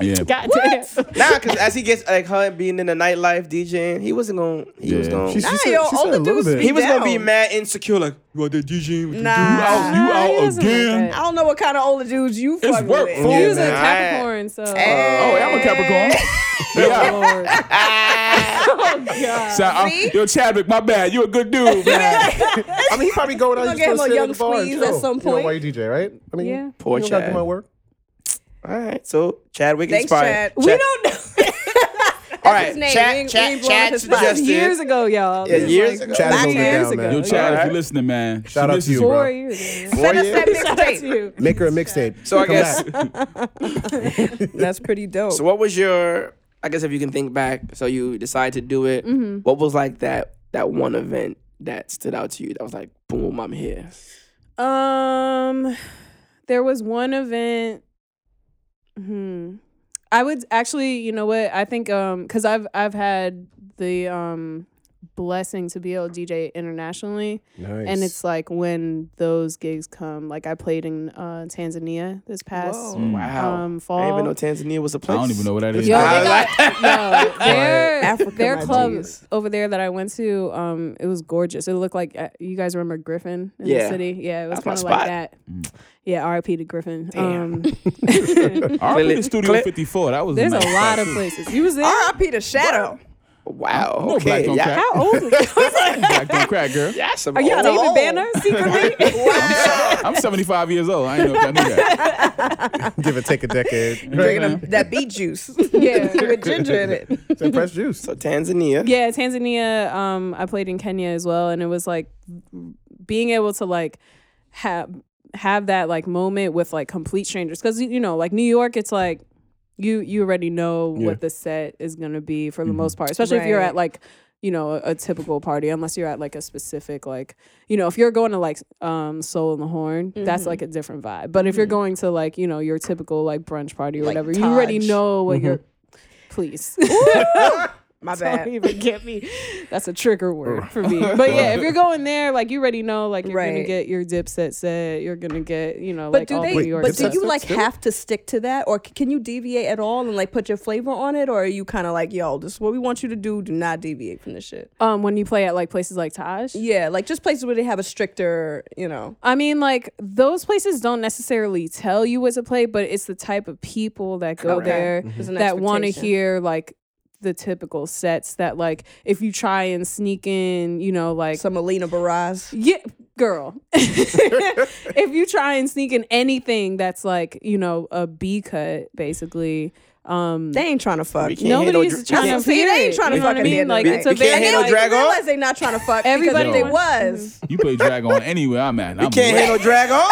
Speaker 2: yeah,
Speaker 4: Goddamn.
Speaker 3: Nah, because as he gets like her being in the nightlife DJing, he wasn't gonna. He was
Speaker 2: Yeah.
Speaker 3: gonna.
Speaker 1: She- she said-
Speaker 6: yo,
Speaker 1: she said
Speaker 6: all
Speaker 1: a
Speaker 6: the
Speaker 1: little
Speaker 6: dudes
Speaker 1: bit.
Speaker 6: be
Speaker 3: he was gonna be
Speaker 6: down.
Speaker 3: mad insecure. Like you out there DJing? with the dude?"
Speaker 2: you out,
Speaker 6: Nah.
Speaker 2: you
Speaker 4: Nah, he
Speaker 2: out
Speaker 4: doesn't like
Speaker 2: again.
Speaker 4: that.
Speaker 6: I don't know what kind of older dudes you
Speaker 2: It's
Speaker 6: fucking
Speaker 2: work,
Speaker 6: with.
Speaker 2: fool.
Speaker 4: He
Speaker 2: Yeah,
Speaker 4: was a
Speaker 3: man, I-
Speaker 4: Capricorn, so.
Speaker 2: Oh, I'm a
Speaker 3: [LAUGHS]
Speaker 2: Capricorn. Yeah.
Speaker 4: Lord. oh God.
Speaker 2: So, I'm- yo, Chadwick, my bad. You a good dude, man.
Speaker 1: I mean, he probably going out.
Speaker 6: Gonna
Speaker 1: He's
Speaker 6: get him
Speaker 1: gonna
Speaker 6: a
Speaker 1: sit
Speaker 6: young
Speaker 1: at the bar and
Speaker 6: squeeze at
Speaker 1: chill,
Speaker 6: some
Speaker 1: You know,
Speaker 6: point.
Speaker 1: while you DJ, right? I mean,
Speaker 4: Yeah.
Speaker 3: Poor
Speaker 1: you don't gotta do
Speaker 3: Chad.
Speaker 1: my work.
Speaker 3: All right, so Chadwick
Speaker 6: Thanks,
Speaker 3: inspired.
Speaker 6: Chad. We don't know.
Speaker 3: All right,
Speaker 6: his name. We
Speaker 3: Chad.
Speaker 6: ain't- we
Speaker 3: Chad.
Speaker 6: ain't blowing up
Speaker 3: Chad
Speaker 6: his spot.
Speaker 4: That was
Speaker 3: suggested.
Speaker 4: years ago, y'all.
Speaker 3: Yeah,
Speaker 4: This is
Speaker 3: years
Speaker 4: like
Speaker 1: Chad
Speaker 3: ago.
Speaker 1: is
Speaker 6: Back
Speaker 1: holding it
Speaker 6: years
Speaker 1: down, man.
Speaker 2: Yo, Chad, if
Speaker 3: Alright.
Speaker 2: you're listening, man. she
Speaker 1: Shout out to
Speaker 2: listens,
Speaker 1: you,
Speaker 4: Four
Speaker 1: bro.
Speaker 4: years ago.
Speaker 6: Send us
Speaker 3: years.
Speaker 6: that
Speaker 4: [LAUGHS] Shout out to
Speaker 6: mixtape.
Speaker 4: you.
Speaker 1: Make her a mixtape.
Speaker 3: So I
Speaker 1: Come
Speaker 3: guess.
Speaker 1: back.
Speaker 6: That's pretty dope.
Speaker 4: Oh.
Speaker 3: So what was your? I guess if you can think back, so you decide to do it.
Speaker 4: Mm-hmm.
Speaker 3: What was like that? That one event that stood out to you. That was like, boom, I'm here.
Speaker 4: Um, there was one event. Hmm. I would actually, you know what? I think um, because I've I've had the um blessing to be able to DJ internationally,
Speaker 1: nice.
Speaker 4: and it's like when those gigs come. Like I played in uh, Tanzania this past
Speaker 6: Whoa.
Speaker 3: Mm. Wow. I
Speaker 4: um
Speaker 3: didn't
Speaker 4: fall.
Speaker 3: even know Tanzania was a
Speaker 2: I
Speaker 3: place.
Speaker 2: don't even know what that is.
Speaker 4: Yo, they
Speaker 3: I was
Speaker 4: got,
Speaker 3: [LAUGHS]
Speaker 4: [LAUGHS] no, their,
Speaker 6: Africa,
Speaker 4: their
Speaker 6: my
Speaker 4: club
Speaker 6: G's.
Speaker 4: over there that I went to, um, it was gorgeous. It looked like uh, you guys remember Griffin in
Speaker 3: Yeah.
Speaker 4: the city. Yeah, it was
Speaker 3: That's my
Speaker 4: kind of like
Speaker 3: spot.
Speaker 4: that. Yeah, R.I.P. to Griffin. Um,
Speaker 2: I played
Speaker 3: Clearly-
Speaker 2: in Studio
Speaker 3: Cle-
Speaker 2: 54. That was
Speaker 3: [LAUGHS]
Speaker 4: there's a
Speaker 2: nice
Speaker 4: lot of
Speaker 2: place.
Speaker 4: places. You was there.
Speaker 3: Ah,
Speaker 6: R.I.P. to Shadow.
Speaker 3: Wow.
Speaker 2: No black
Speaker 3: Okay.
Speaker 2: don't
Speaker 3: Yeah.
Speaker 2: crack.
Speaker 4: How old? Are you,
Speaker 2: Black don't crack, girl.
Speaker 3: Yeah. Some
Speaker 4: are you
Speaker 3: old-
Speaker 4: David
Speaker 6: old.
Speaker 4: Banner
Speaker 3: [LAUGHS]
Speaker 4: secretly?
Speaker 2: I'm 75 years old. I ain't know if I knew that.
Speaker 1: give it take a decade.
Speaker 6: [LAUGHS] Drinking them-
Speaker 3: [LAUGHS]
Speaker 6: that beet [LAUGHS] juice
Speaker 4: yeah.
Speaker 6: with ginger in it.
Speaker 1: It's that pressed juice.
Speaker 3: So Tanzania.
Speaker 4: Yeah, Tanzania. Um, I played in Kenya as well, and it was like being able to like have have that like moment with like complete strangers because you know like New York, it's like you you already know what the set is gonna be for the most part, especially if you're
Speaker 6: Right.
Speaker 4: at like you know a, a typical party unless you're at like a specific like you know if you're going to like um soul and the horn that's like a different vibe but if you're going to like you know your typical like brunch party or whatever you already
Speaker 6: Taj.
Speaker 4: [LAUGHS] know what you're please
Speaker 2: [LAUGHS]
Speaker 6: My
Speaker 4: Don't
Speaker 6: bad.
Speaker 4: even get me. That's a trigger word for me. But yeah, if you're going there, like you already know, like you're gonna
Speaker 6: Right.
Speaker 4: get your dipset set. You're gonna get, you know,
Speaker 6: But
Speaker 4: like
Speaker 6: do
Speaker 4: all
Speaker 6: they?
Speaker 4: the New York
Speaker 6: but do
Speaker 4: stuff.
Speaker 6: you like
Speaker 2: Still-
Speaker 6: have to stick to that, or c- can you deviate at all and like put your flavor on it, or are you kind of like, yo, this is what we want you to do. Do not deviate from this shit.
Speaker 4: um when you play at like places like Taj?
Speaker 6: Yeah, like just places where they have a stricter, you know.
Speaker 4: I mean, like those places don't necessarily tell you what to play, but it's the type of people that go
Speaker 6: Okay.
Speaker 4: there
Speaker 6: There's an
Speaker 4: that want to
Speaker 6: expectation.
Speaker 4: hear like the typical sets that like if you try and sneak in, you know, like
Speaker 6: some Alina Baraz.
Speaker 4: Yeah, girl. [LAUGHS] if you try and sneak in anything that's like, you know, a B cut, basically. Um
Speaker 6: They ain't trying to fuck.
Speaker 3: We can't handle
Speaker 4: nobody's
Speaker 3: dra-
Speaker 4: trying
Speaker 6: I'm
Speaker 4: to
Speaker 6: saying,
Speaker 4: hear
Speaker 6: they ain't
Speaker 4: it,
Speaker 6: trying to
Speaker 4: you know what
Speaker 6: fucking
Speaker 4: I
Speaker 6: hear
Speaker 4: mean?
Speaker 6: that.
Speaker 4: Like
Speaker 6: We-
Speaker 4: it's a
Speaker 3: we can't
Speaker 6: And
Speaker 4: very
Speaker 6: they
Speaker 3: handle
Speaker 6: don't
Speaker 4: like,
Speaker 3: drag-
Speaker 6: even
Speaker 3: off?
Speaker 6: realize they not trying to fuck.
Speaker 4: Everybody
Speaker 6: because if they was [LAUGHS]
Speaker 4: wants-
Speaker 2: You play drag on anywhere I'm at.
Speaker 3: You
Speaker 2: I'm
Speaker 3: can't handle drag on.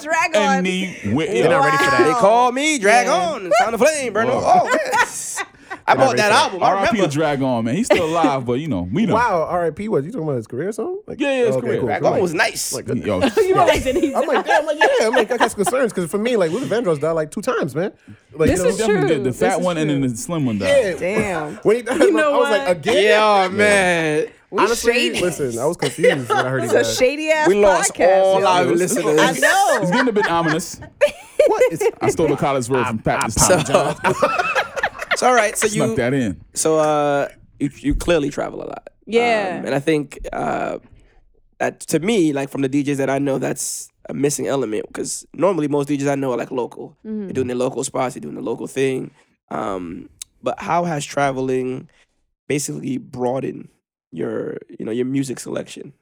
Speaker 6: drag on.
Speaker 2: anywhere.
Speaker 5: They're not ready for
Speaker 3: They
Speaker 5: that.
Speaker 3: call me Drag On. It's on the flame, burn
Speaker 2: Whoa.
Speaker 3: Oh,
Speaker 2: [LAUGHS]
Speaker 3: yes. I bought
Speaker 5: ready
Speaker 3: that
Speaker 5: for that.
Speaker 3: album. I
Speaker 2: RIP
Speaker 3: remember.
Speaker 2: to drag on, man. He's still alive, but you know, we know.
Speaker 1: Wow, R.I.P. Was you talking about his career or something? Like,
Speaker 2: Yeah, yeah, his career.
Speaker 1: cool,
Speaker 2: Back
Speaker 1: cool.
Speaker 3: Drag On was nice.
Speaker 1: Like,
Speaker 2: Yo,
Speaker 1: good.
Speaker 4: [LAUGHS] you know, like, did he-
Speaker 1: I'm like, damn, I'm like, yeah, I'm like, I got some concerns because for me, like, Luther Vandross died like two times, man. Like,
Speaker 4: This
Speaker 1: you know,
Speaker 4: is
Speaker 2: Don't forget
Speaker 4: true.
Speaker 2: The
Speaker 4: This
Speaker 2: fat
Speaker 4: is
Speaker 2: one and
Speaker 4: true.
Speaker 2: then the slim one. died.
Speaker 1: yeah.
Speaker 6: Damn.
Speaker 1: When he died,
Speaker 4: know
Speaker 1: I was
Speaker 4: what?
Speaker 1: like, again?
Speaker 3: yeah, man.
Speaker 1: Honestly,
Speaker 6: shady.
Speaker 1: listen, I was confused when I heard he died.
Speaker 6: It's a shady ass
Speaker 3: We lost
Speaker 6: podcast.
Speaker 3: all
Speaker 6: yo.
Speaker 3: our
Speaker 1: Yo.
Speaker 3: listeners.
Speaker 6: I know.
Speaker 2: It's getting a bit ominous.
Speaker 1: What? It's,
Speaker 2: I stole the college road from Pat this time.
Speaker 3: [LAUGHS] So, it's all right. So
Speaker 2: Snuck
Speaker 3: you,
Speaker 2: that in.
Speaker 3: so uh, you, you clearly travel a lot.
Speaker 4: [LAUGHS] Yeah.
Speaker 3: Um, and I think uh, that to me, like from the DJs that I know, that's a missing element because normally most DJs I know are like local. They're doing their local spots, they're doing the local thing. Um, but how has traveling basically broadened your, you know, your music selection?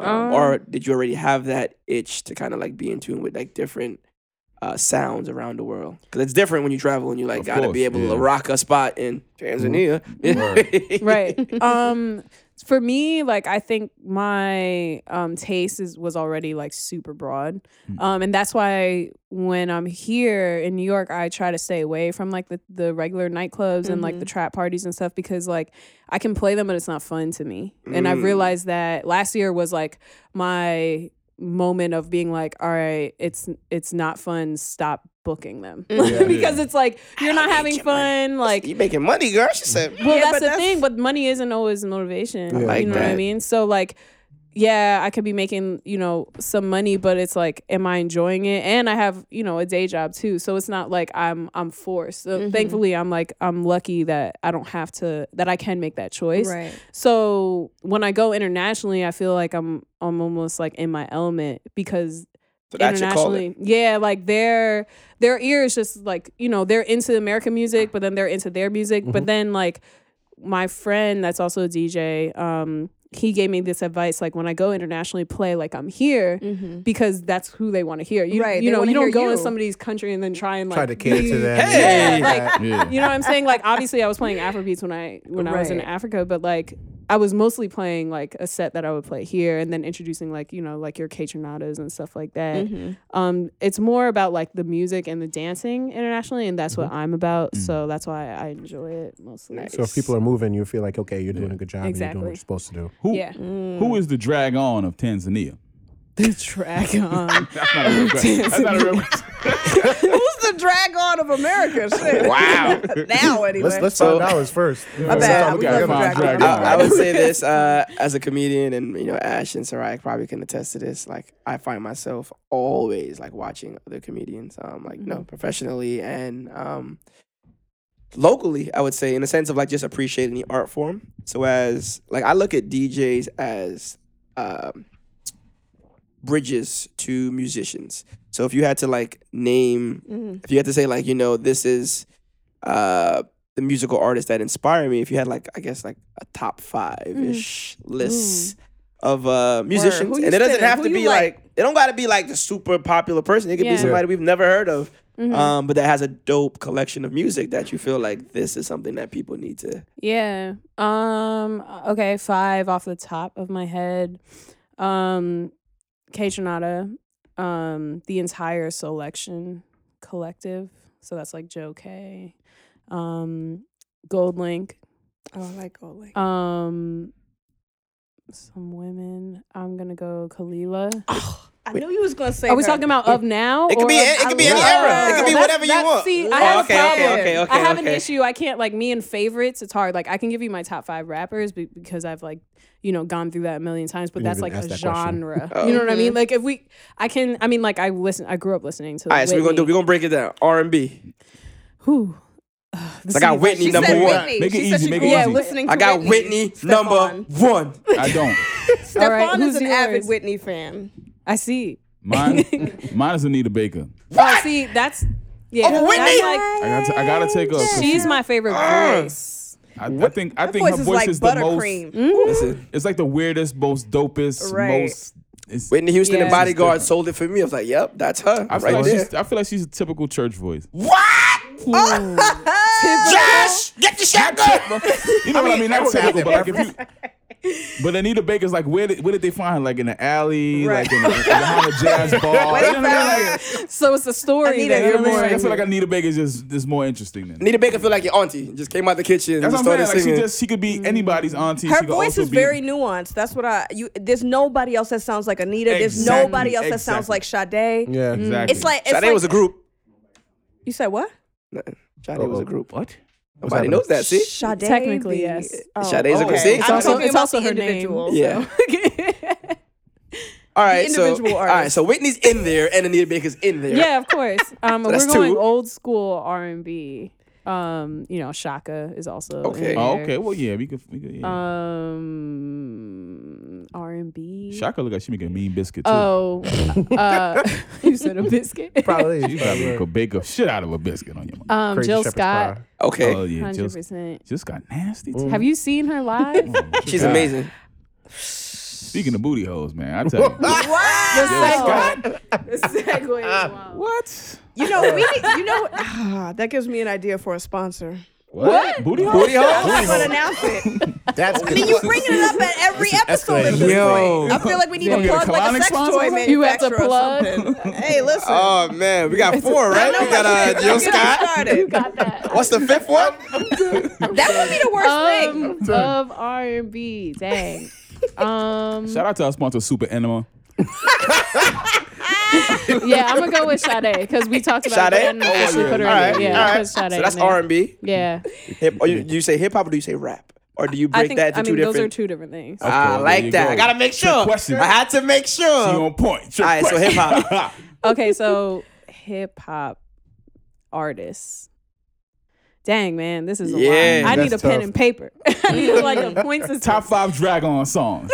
Speaker 3: Um,
Speaker 4: Um,
Speaker 3: or did you already have that itch to kind of like be in tune with like different uh, sounds around the world? Because it's different when you travel and you like
Speaker 2: Of
Speaker 3: gotta be
Speaker 2: course,
Speaker 3: able
Speaker 2: yeah.
Speaker 3: to rock a spot in [LAUGHS] Tanzania.
Speaker 4: right um for me like i think my um taste is was already like super broad um and that's why when i'm here in new york i try to stay away from like the, the regular nightclubs and like the trap parties and stuff because like i can play them but it's not fun to me and i realized that last year was like my moment of being like all right it's it's not fun stop booking them [LAUGHS] because it's like you're not having fun like
Speaker 3: you making money, girl. She
Speaker 6: [LAUGHS]
Speaker 3: said,
Speaker 4: well,
Speaker 6: Yeah,
Speaker 4: that's
Speaker 6: but
Speaker 4: the
Speaker 6: that's-
Speaker 4: thing. But money isn't always motivation. you
Speaker 3: like
Speaker 4: know what I
Speaker 3: that.
Speaker 4: mean? So like, yeah, I could be making you know some money, but it's like, am I enjoying it? And I have you know a day job too, so it's not like I'm I'm forced. So
Speaker 6: Mm-hmm.
Speaker 4: thankfully, I'm like I'm lucky that I don't have to that I can make that choice.
Speaker 6: Right.
Speaker 4: So when I go internationally, I feel like I'm I'm almost like in my element because
Speaker 3: So that's your calling.
Speaker 4: internationally. Yeah, like their their ear is just like you know they're into American music, but then they're into their music. But then like my friend that's also a DJ, um, he gave me this advice like when I go internationally, play like I'm here because that's who they want to hear. You,
Speaker 6: Right,
Speaker 4: You
Speaker 6: they
Speaker 4: know,
Speaker 6: wanna
Speaker 4: you don't
Speaker 6: hear
Speaker 4: go
Speaker 6: you.
Speaker 4: in somebody's country and then try and like
Speaker 1: try to cater to them.
Speaker 3: Hey!
Speaker 4: yeah, like
Speaker 2: Yeah.
Speaker 4: you know what I'm saying? Like obviously I was playing Afrobeats when I when I was in
Speaker 6: Right.
Speaker 4: Africa, but like I was mostly playing like a set that I would play here and then introducing like, you know, like your catronadas and stuff like that. Um it's more about like the music and the dancing internationally and that's what I'm about. So that's why I enjoy it mostly.
Speaker 1: So if people are moving, you feel like, okay, you're doing a good job and you're doing what
Speaker 4: Exactly.
Speaker 1: you're supposed to do.
Speaker 2: Who,
Speaker 4: Yeah.
Speaker 6: Mm.
Speaker 2: who is the drag on of Tanzania?
Speaker 4: The track um,
Speaker 2: [LAUGHS]
Speaker 4: on.
Speaker 2: That's not a real question. That's not a real question.
Speaker 6: Who's the drag on of
Speaker 2: [LAUGHS]
Speaker 6: America? Shit.
Speaker 3: Wow.
Speaker 6: now anyway.
Speaker 1: Let's let's
Speaker 3: So-
Speaker 1: find
Speaker 5: [LAUGHS]
Speaker 1: dollars first. My
Speaker 6: bad.
Speaker 2: We gotta
Speaker 6: Never
Speaker 2: find
Speaker 6: drag
Speaker 2: drag
Speaker 6: on.
Speaker 2: on.
Speaker 3: I, I would say this uh, as a comedian, and you know, Ash and Sarai probably can attest to this. Like, I find myself always like watching other comedians, um, like no, professionally and um, locally. I would say, in the sense of like just appreciating the art form. So as like I look at DJs as um, bridges to musicians. So if you had to like name,
Speaker 6: Mm-hmm.
Speaker 3: if you had to say like you know this is uh the musical artists that inspire me, if you had like I guess like a top five ish list of uh musicians,
Speaker 6: Mm. Who you
Speaker 3: and it doesn't
Speaker 6: spinning?
Speaker 3: have
Speaker 6: Who
Speaker 3: to
Speaker 6: you
Speaker 3: be
Speaker 6: like?
Speaker 3: like, it don't got to be like the super popular person. It could
Speaker 4: Yeah.
Speaker 3: be somebody we've never heard of,
Speaker 6: Mm-hmm.
Speaker 4: mm-hmm.
Speaker 3: um, but that has a dope collection of music that you feel like this is something that people need to.
Speaker 4: Yeah. Um. Okay. Five off the top of my head. Um, K Tronada, Um, the entire selection collective. So that's like Joe K. Um, Gold Link.
Speaker 6: Oh, I like Ole.
Speaker 4: Um, some women. I'm gonna go Kalila.
Speaker 6: I knew you was gonna say.
Speaker 4: Are we
Speaker 6: her.
Speaker 4: talking about of now?
Speaker 7: It could be
Speaker 4: or-
Speaker 7: it could be any
Speaker 4: I love
Speaker 7: era. It could be
Speaker 4: her.
Speaker 7: whatever you
Speaker 4: That's-
Speaker 7: want.
Speaker 4: See, I
Speaker 7: Oh,
Speaker 4: have
Speaker 7: okay,
Speaker 4: a
Speaker 7: okay,
Speaker 4: problem.
Speaker 7: okay, okay,
Speaker 4: I have an
Speaker 7: okay.
Speaker 4: issue. I can't like me and favorites. It's hard. Like I can give you my top five rappers be- because I've like you know gone through that a million times. But
Speaker 1: You
Speaker 4: that's
Speaker 1: haven't
Speaker 4: like a
Speaker 1: asked that question.
Speaker 4: genre. You know what I mean? Like if we, I can. I mean, like I listen. I grew up listening to.
Speaker 3: All right, so we're gonna do we're gonna break it down. R and B.
Speaker 4: Who?
Speaker 3: I got Whitney
Speaker 6: She
Speaker 3: number
Speaker 6: said
Speaker 3: one.
Speaker 6: Whitney.
Speaker 2: Make it
Speaker 6: she said
Speaker 2: easy,
Speaker 6: she
Speaker 2: make
Speaker 6: grew
Speaker 2: it
Speaker 6: up
Speaker 2: easy.
Speaker 6: listening to
Speaker 3: I got Whitney, number
Speaker 6: Stephon.
Speaker 3: one.
Speaker 2: I don't.
Speaker 6: Stephon
Speaker 4: All right,
Speaker 6: is
Speaker 4: who's
Speaker 6: an avid
Speaker 4: yours?
Speaker 6: Whitney fan.
Speaker 4: I see.
Speaker 6: [LAUGHS]
Speaker 2: Mine, mine is Anita Baker.
Speaker 3: Ah!
Speaker 4: What? see, that's yeah.
Speaker 7: Over Whitney?
Speaker 4: that's, like,
Speaker 2: I gotta, I gotta take her. 'cause
Speaker 4: she's my favorite voice.
Speaker 2: I, I think, I think
Speaker 6: Voice
Speaker 2: her
Speaker 6: is
Speaker 2: voice
Speaker 6: like
Speaker 2: is the most.
Speaker 6: buttercream.
Speaker 3: Listen,
Speaker 2: It's like the weirdest, most dopest,
Speaker 6: Right.
Speaker 2: most. It's,
Speaker 3: Whitney Houston and
Speaker 4: Yeah.
Speaker 3: Bodyguard sold it for me. I was like, yep, that's her
Speaker 2: I feel,
Speaker 3: right
Speaker 2: like
Speaker 3: there.
Speaker 2: she's, I feel like she's a typical church voice.
Speaker 7: Josh, get your shotgun.
Speaker 2: [LAUGHS] You know what I mean? Not
Speaker 1: everyone
Speaker 2: typical, but like if you. But Anita Baker's like, where did, where did they find her? Like in the alley, like in a, behind a
Speaker 6: [LAUGHS]
Speaker 2: jazz bar. You know what I mean? Like,
Speaker 4: So it's a story.
Speaker 6: Anita,
Speaker 4: that
Speaker 6: you're
Speaker 4: you're more
Speaker 2: I feel like Anita Baker is just is more interesting than.
Speaker 3: Anita Baker feel like your auntie just came out the kitchen and
Speaker 2: That's
Speaker 3: just
Speaker 2: what I'm
Speaker 3: started
Speaker 2: saying. Like she
Speaker 3: singing.
Speaker 2: just she could be anybody's auntie.
Speaker 6: Her
Speaker 2: she could
Speaker 6: voice
Speaker 2: also
Speaker 6: is
Speaker 2: be,
Speaker 6: very nuanced. That's what I. You. There's nobody else that sounds like Anita. There's
Speaker 2: Exactly,
Speaker 6: nobody else that sounds
Speaker 2: exactly.
Speaker 6: like Sade.
Speaker 1: Yeah.
Speaker 2: exactly.
Speaker 6: It's like it's
Speaker 3: Sade
Speaker 6: like,
Speaker 3: was a group.
Speaker 6: You said what?
Speaker 3: Sade was a
Speaker 5: [LAUGHS]
Speaker 3: group.
Speaker 2: what?
Speaker 3: Nobody knows that. See,
Speaker 6: Sade.
Speaker 4: Technically,
Speaker 6: the-
Speaker 4: yes.
Speaker 3: Sade's a group. See,
Speaker 4: It's
Speaker 6: I'm
Speaker 4: also-
Speaker 6: talking
Speaker 4: it's
Speaker 6: about
Speaker 4: also
Speaker 6: the
Speaker 4: her name.
Speaker 6: individual.
Speaker 4: [LAUGHS]
Speaker 3: yeah. All right, so
Speaker 6: individual
Speaker 3: all right, so Whitney's in there and Anita Baker's in there.
Speaker 4: yeah,
Speaker 3: [LAUGHS]
Speaker 4: of course. Um,
Speaker 3: So
Speaker 4: we're
Speaker 3: that's
Speaker 4: going
Speaker 3: two.
Speaker 4: old school R and B. Um, you know, Shaka is also in
Speaker 3: Okay.
Speaker 2: Oh,
Speaker 4: there.
Speaker 2: okay. Well, yeah, we could. We could yeah.
Speaker 4: Um, R and B.
Speaker 2: Shaka look like she make a mean biscuit too.
Speaker 3: [LAUGHS]
Speaker 4: Oh, uh, [LAUGHS] you said a biscuit.
Speaker 2: You probably could bake a shit out of a biscuit on your mom.
Speaker 4: [LAUGHS] Um, Jill Scott,
Speaker 3: Okay,
Speaker 2: oh yeah,
Speaker 4: hundred
Speaker 2: just
Speaker 4: percent.
Speaker 2: just got nasty. Too.
Speaker 4: Have you seen
Speaker 3: [LAUGHS]
Speaker 4: her live?
Speaker 3: she's amazing.
Speaker 2: Speaking of booty holes, man, I tell
Speaker 3: [LAUGHS]
Speaker 2: you. Jill
Speaker 4: [LAUGHS] Segue.
Speaker 2: Scott,
Speaker 4: Segue Oh. is
Speaker 3: [LAUGHS]
Speaker 4: wild.
Speaker 2: what?
Speaker 6: You know, we need, you
Speaker 4: [LAUGHS]
Speaker 6: know, ah, that gives me an idea for a sponsor.
Speaker 2: What? Booty holes?
Speaker 3: Booty hole.
Speaker 6: I'm gonna announce
Speaker 4: [LAUGHS]
Speaker 6: it.
Speaker 1: That's good.
Speaker 6: You bringing it up at every episode at this
Speaker 3: Yo.
Speaker 6: point. I feel like we need to
Speaker 2: You gonna get a
Speaker 6: plug like
Speaker 2: colonic
Speaker 6: a sex
Speaker 2: sponsor?
Speaker 6: toy
Speaker 4: You have to
Speaker 6: manufacturer or
Speaker 4: plug.
Speaker 6: something. Hey,
Speaker 2: [LAUGHS]
Speaker 6: listen.
Speaker 7: Oh man,
Speaker 4: [LAUGHS]
Speaker 7: we got four, right? We got uh, Jill Scott.
Speaker 4: You got that.
Speaker 7: What's the fifth one?
Speaker 6: That would be the worst thing.
Speaker 4: Um, of R and B.
Speaker 3: [LAUGHS]
Speaker 4: Dang. Um,
Speaker 2: Shout out to our sponsor, Super Enema.
Speaker 4: yeah, I'm gonna go with Sade because we talked about
Speaker 3: Sade?
Speaker 4: it and
Speaker 3: Oh,
Speaker 4: officially
Speaker 3: yeah.
Speaker 4: put her
Speaker 3: All
Speaker 4: in.
Speaker 3: right,
Speaker 4: it. Yeah,
Speaker 3: all right.
Speaker 4: put Sade
Speaker 3: So that's
Speaker 4: in there.
Speaker 3: R and B.
Speaker 4: Yeah,
Speaker 3: Hip. Or you, do you say hip hop or do you say rap? Or do you break
Speaker 4: I think
Speaker 3: that into
Speaker 4: I mean
Speaker 3: two
Speaker 4: those are
Speaker 3: different?
Speaker 4: two different things.
Speaker 2: Okay,
Speaker 3: I
Speaker 2: there you
Speaker 3: like that.
Speaker 2: go.
Speaker 3: I gotta make sure.
Speaker 2: question.
Speaker 3: I had to make sure.
Speaker 2: You
Speaker 3: Oh. All
Speaker 2: on point. Trick
Speaker 3: right, so
Speaker 2: question.
Speaker 3: hip hop.
Speaker 4: Okay, so hip hop artists. Dang man, this is a
Speaker 3: Yeah,
Speaker 4: lot. I need a
Speaker 1: that's
Speaker 4: pen
Speaker 1: tough.
Speaker 4: and paper. [LAUGHS] I need like a point
Speaker 2: [LAUGHS]
Speaker 4: system.
Speaker 2: Top five Dragon songs.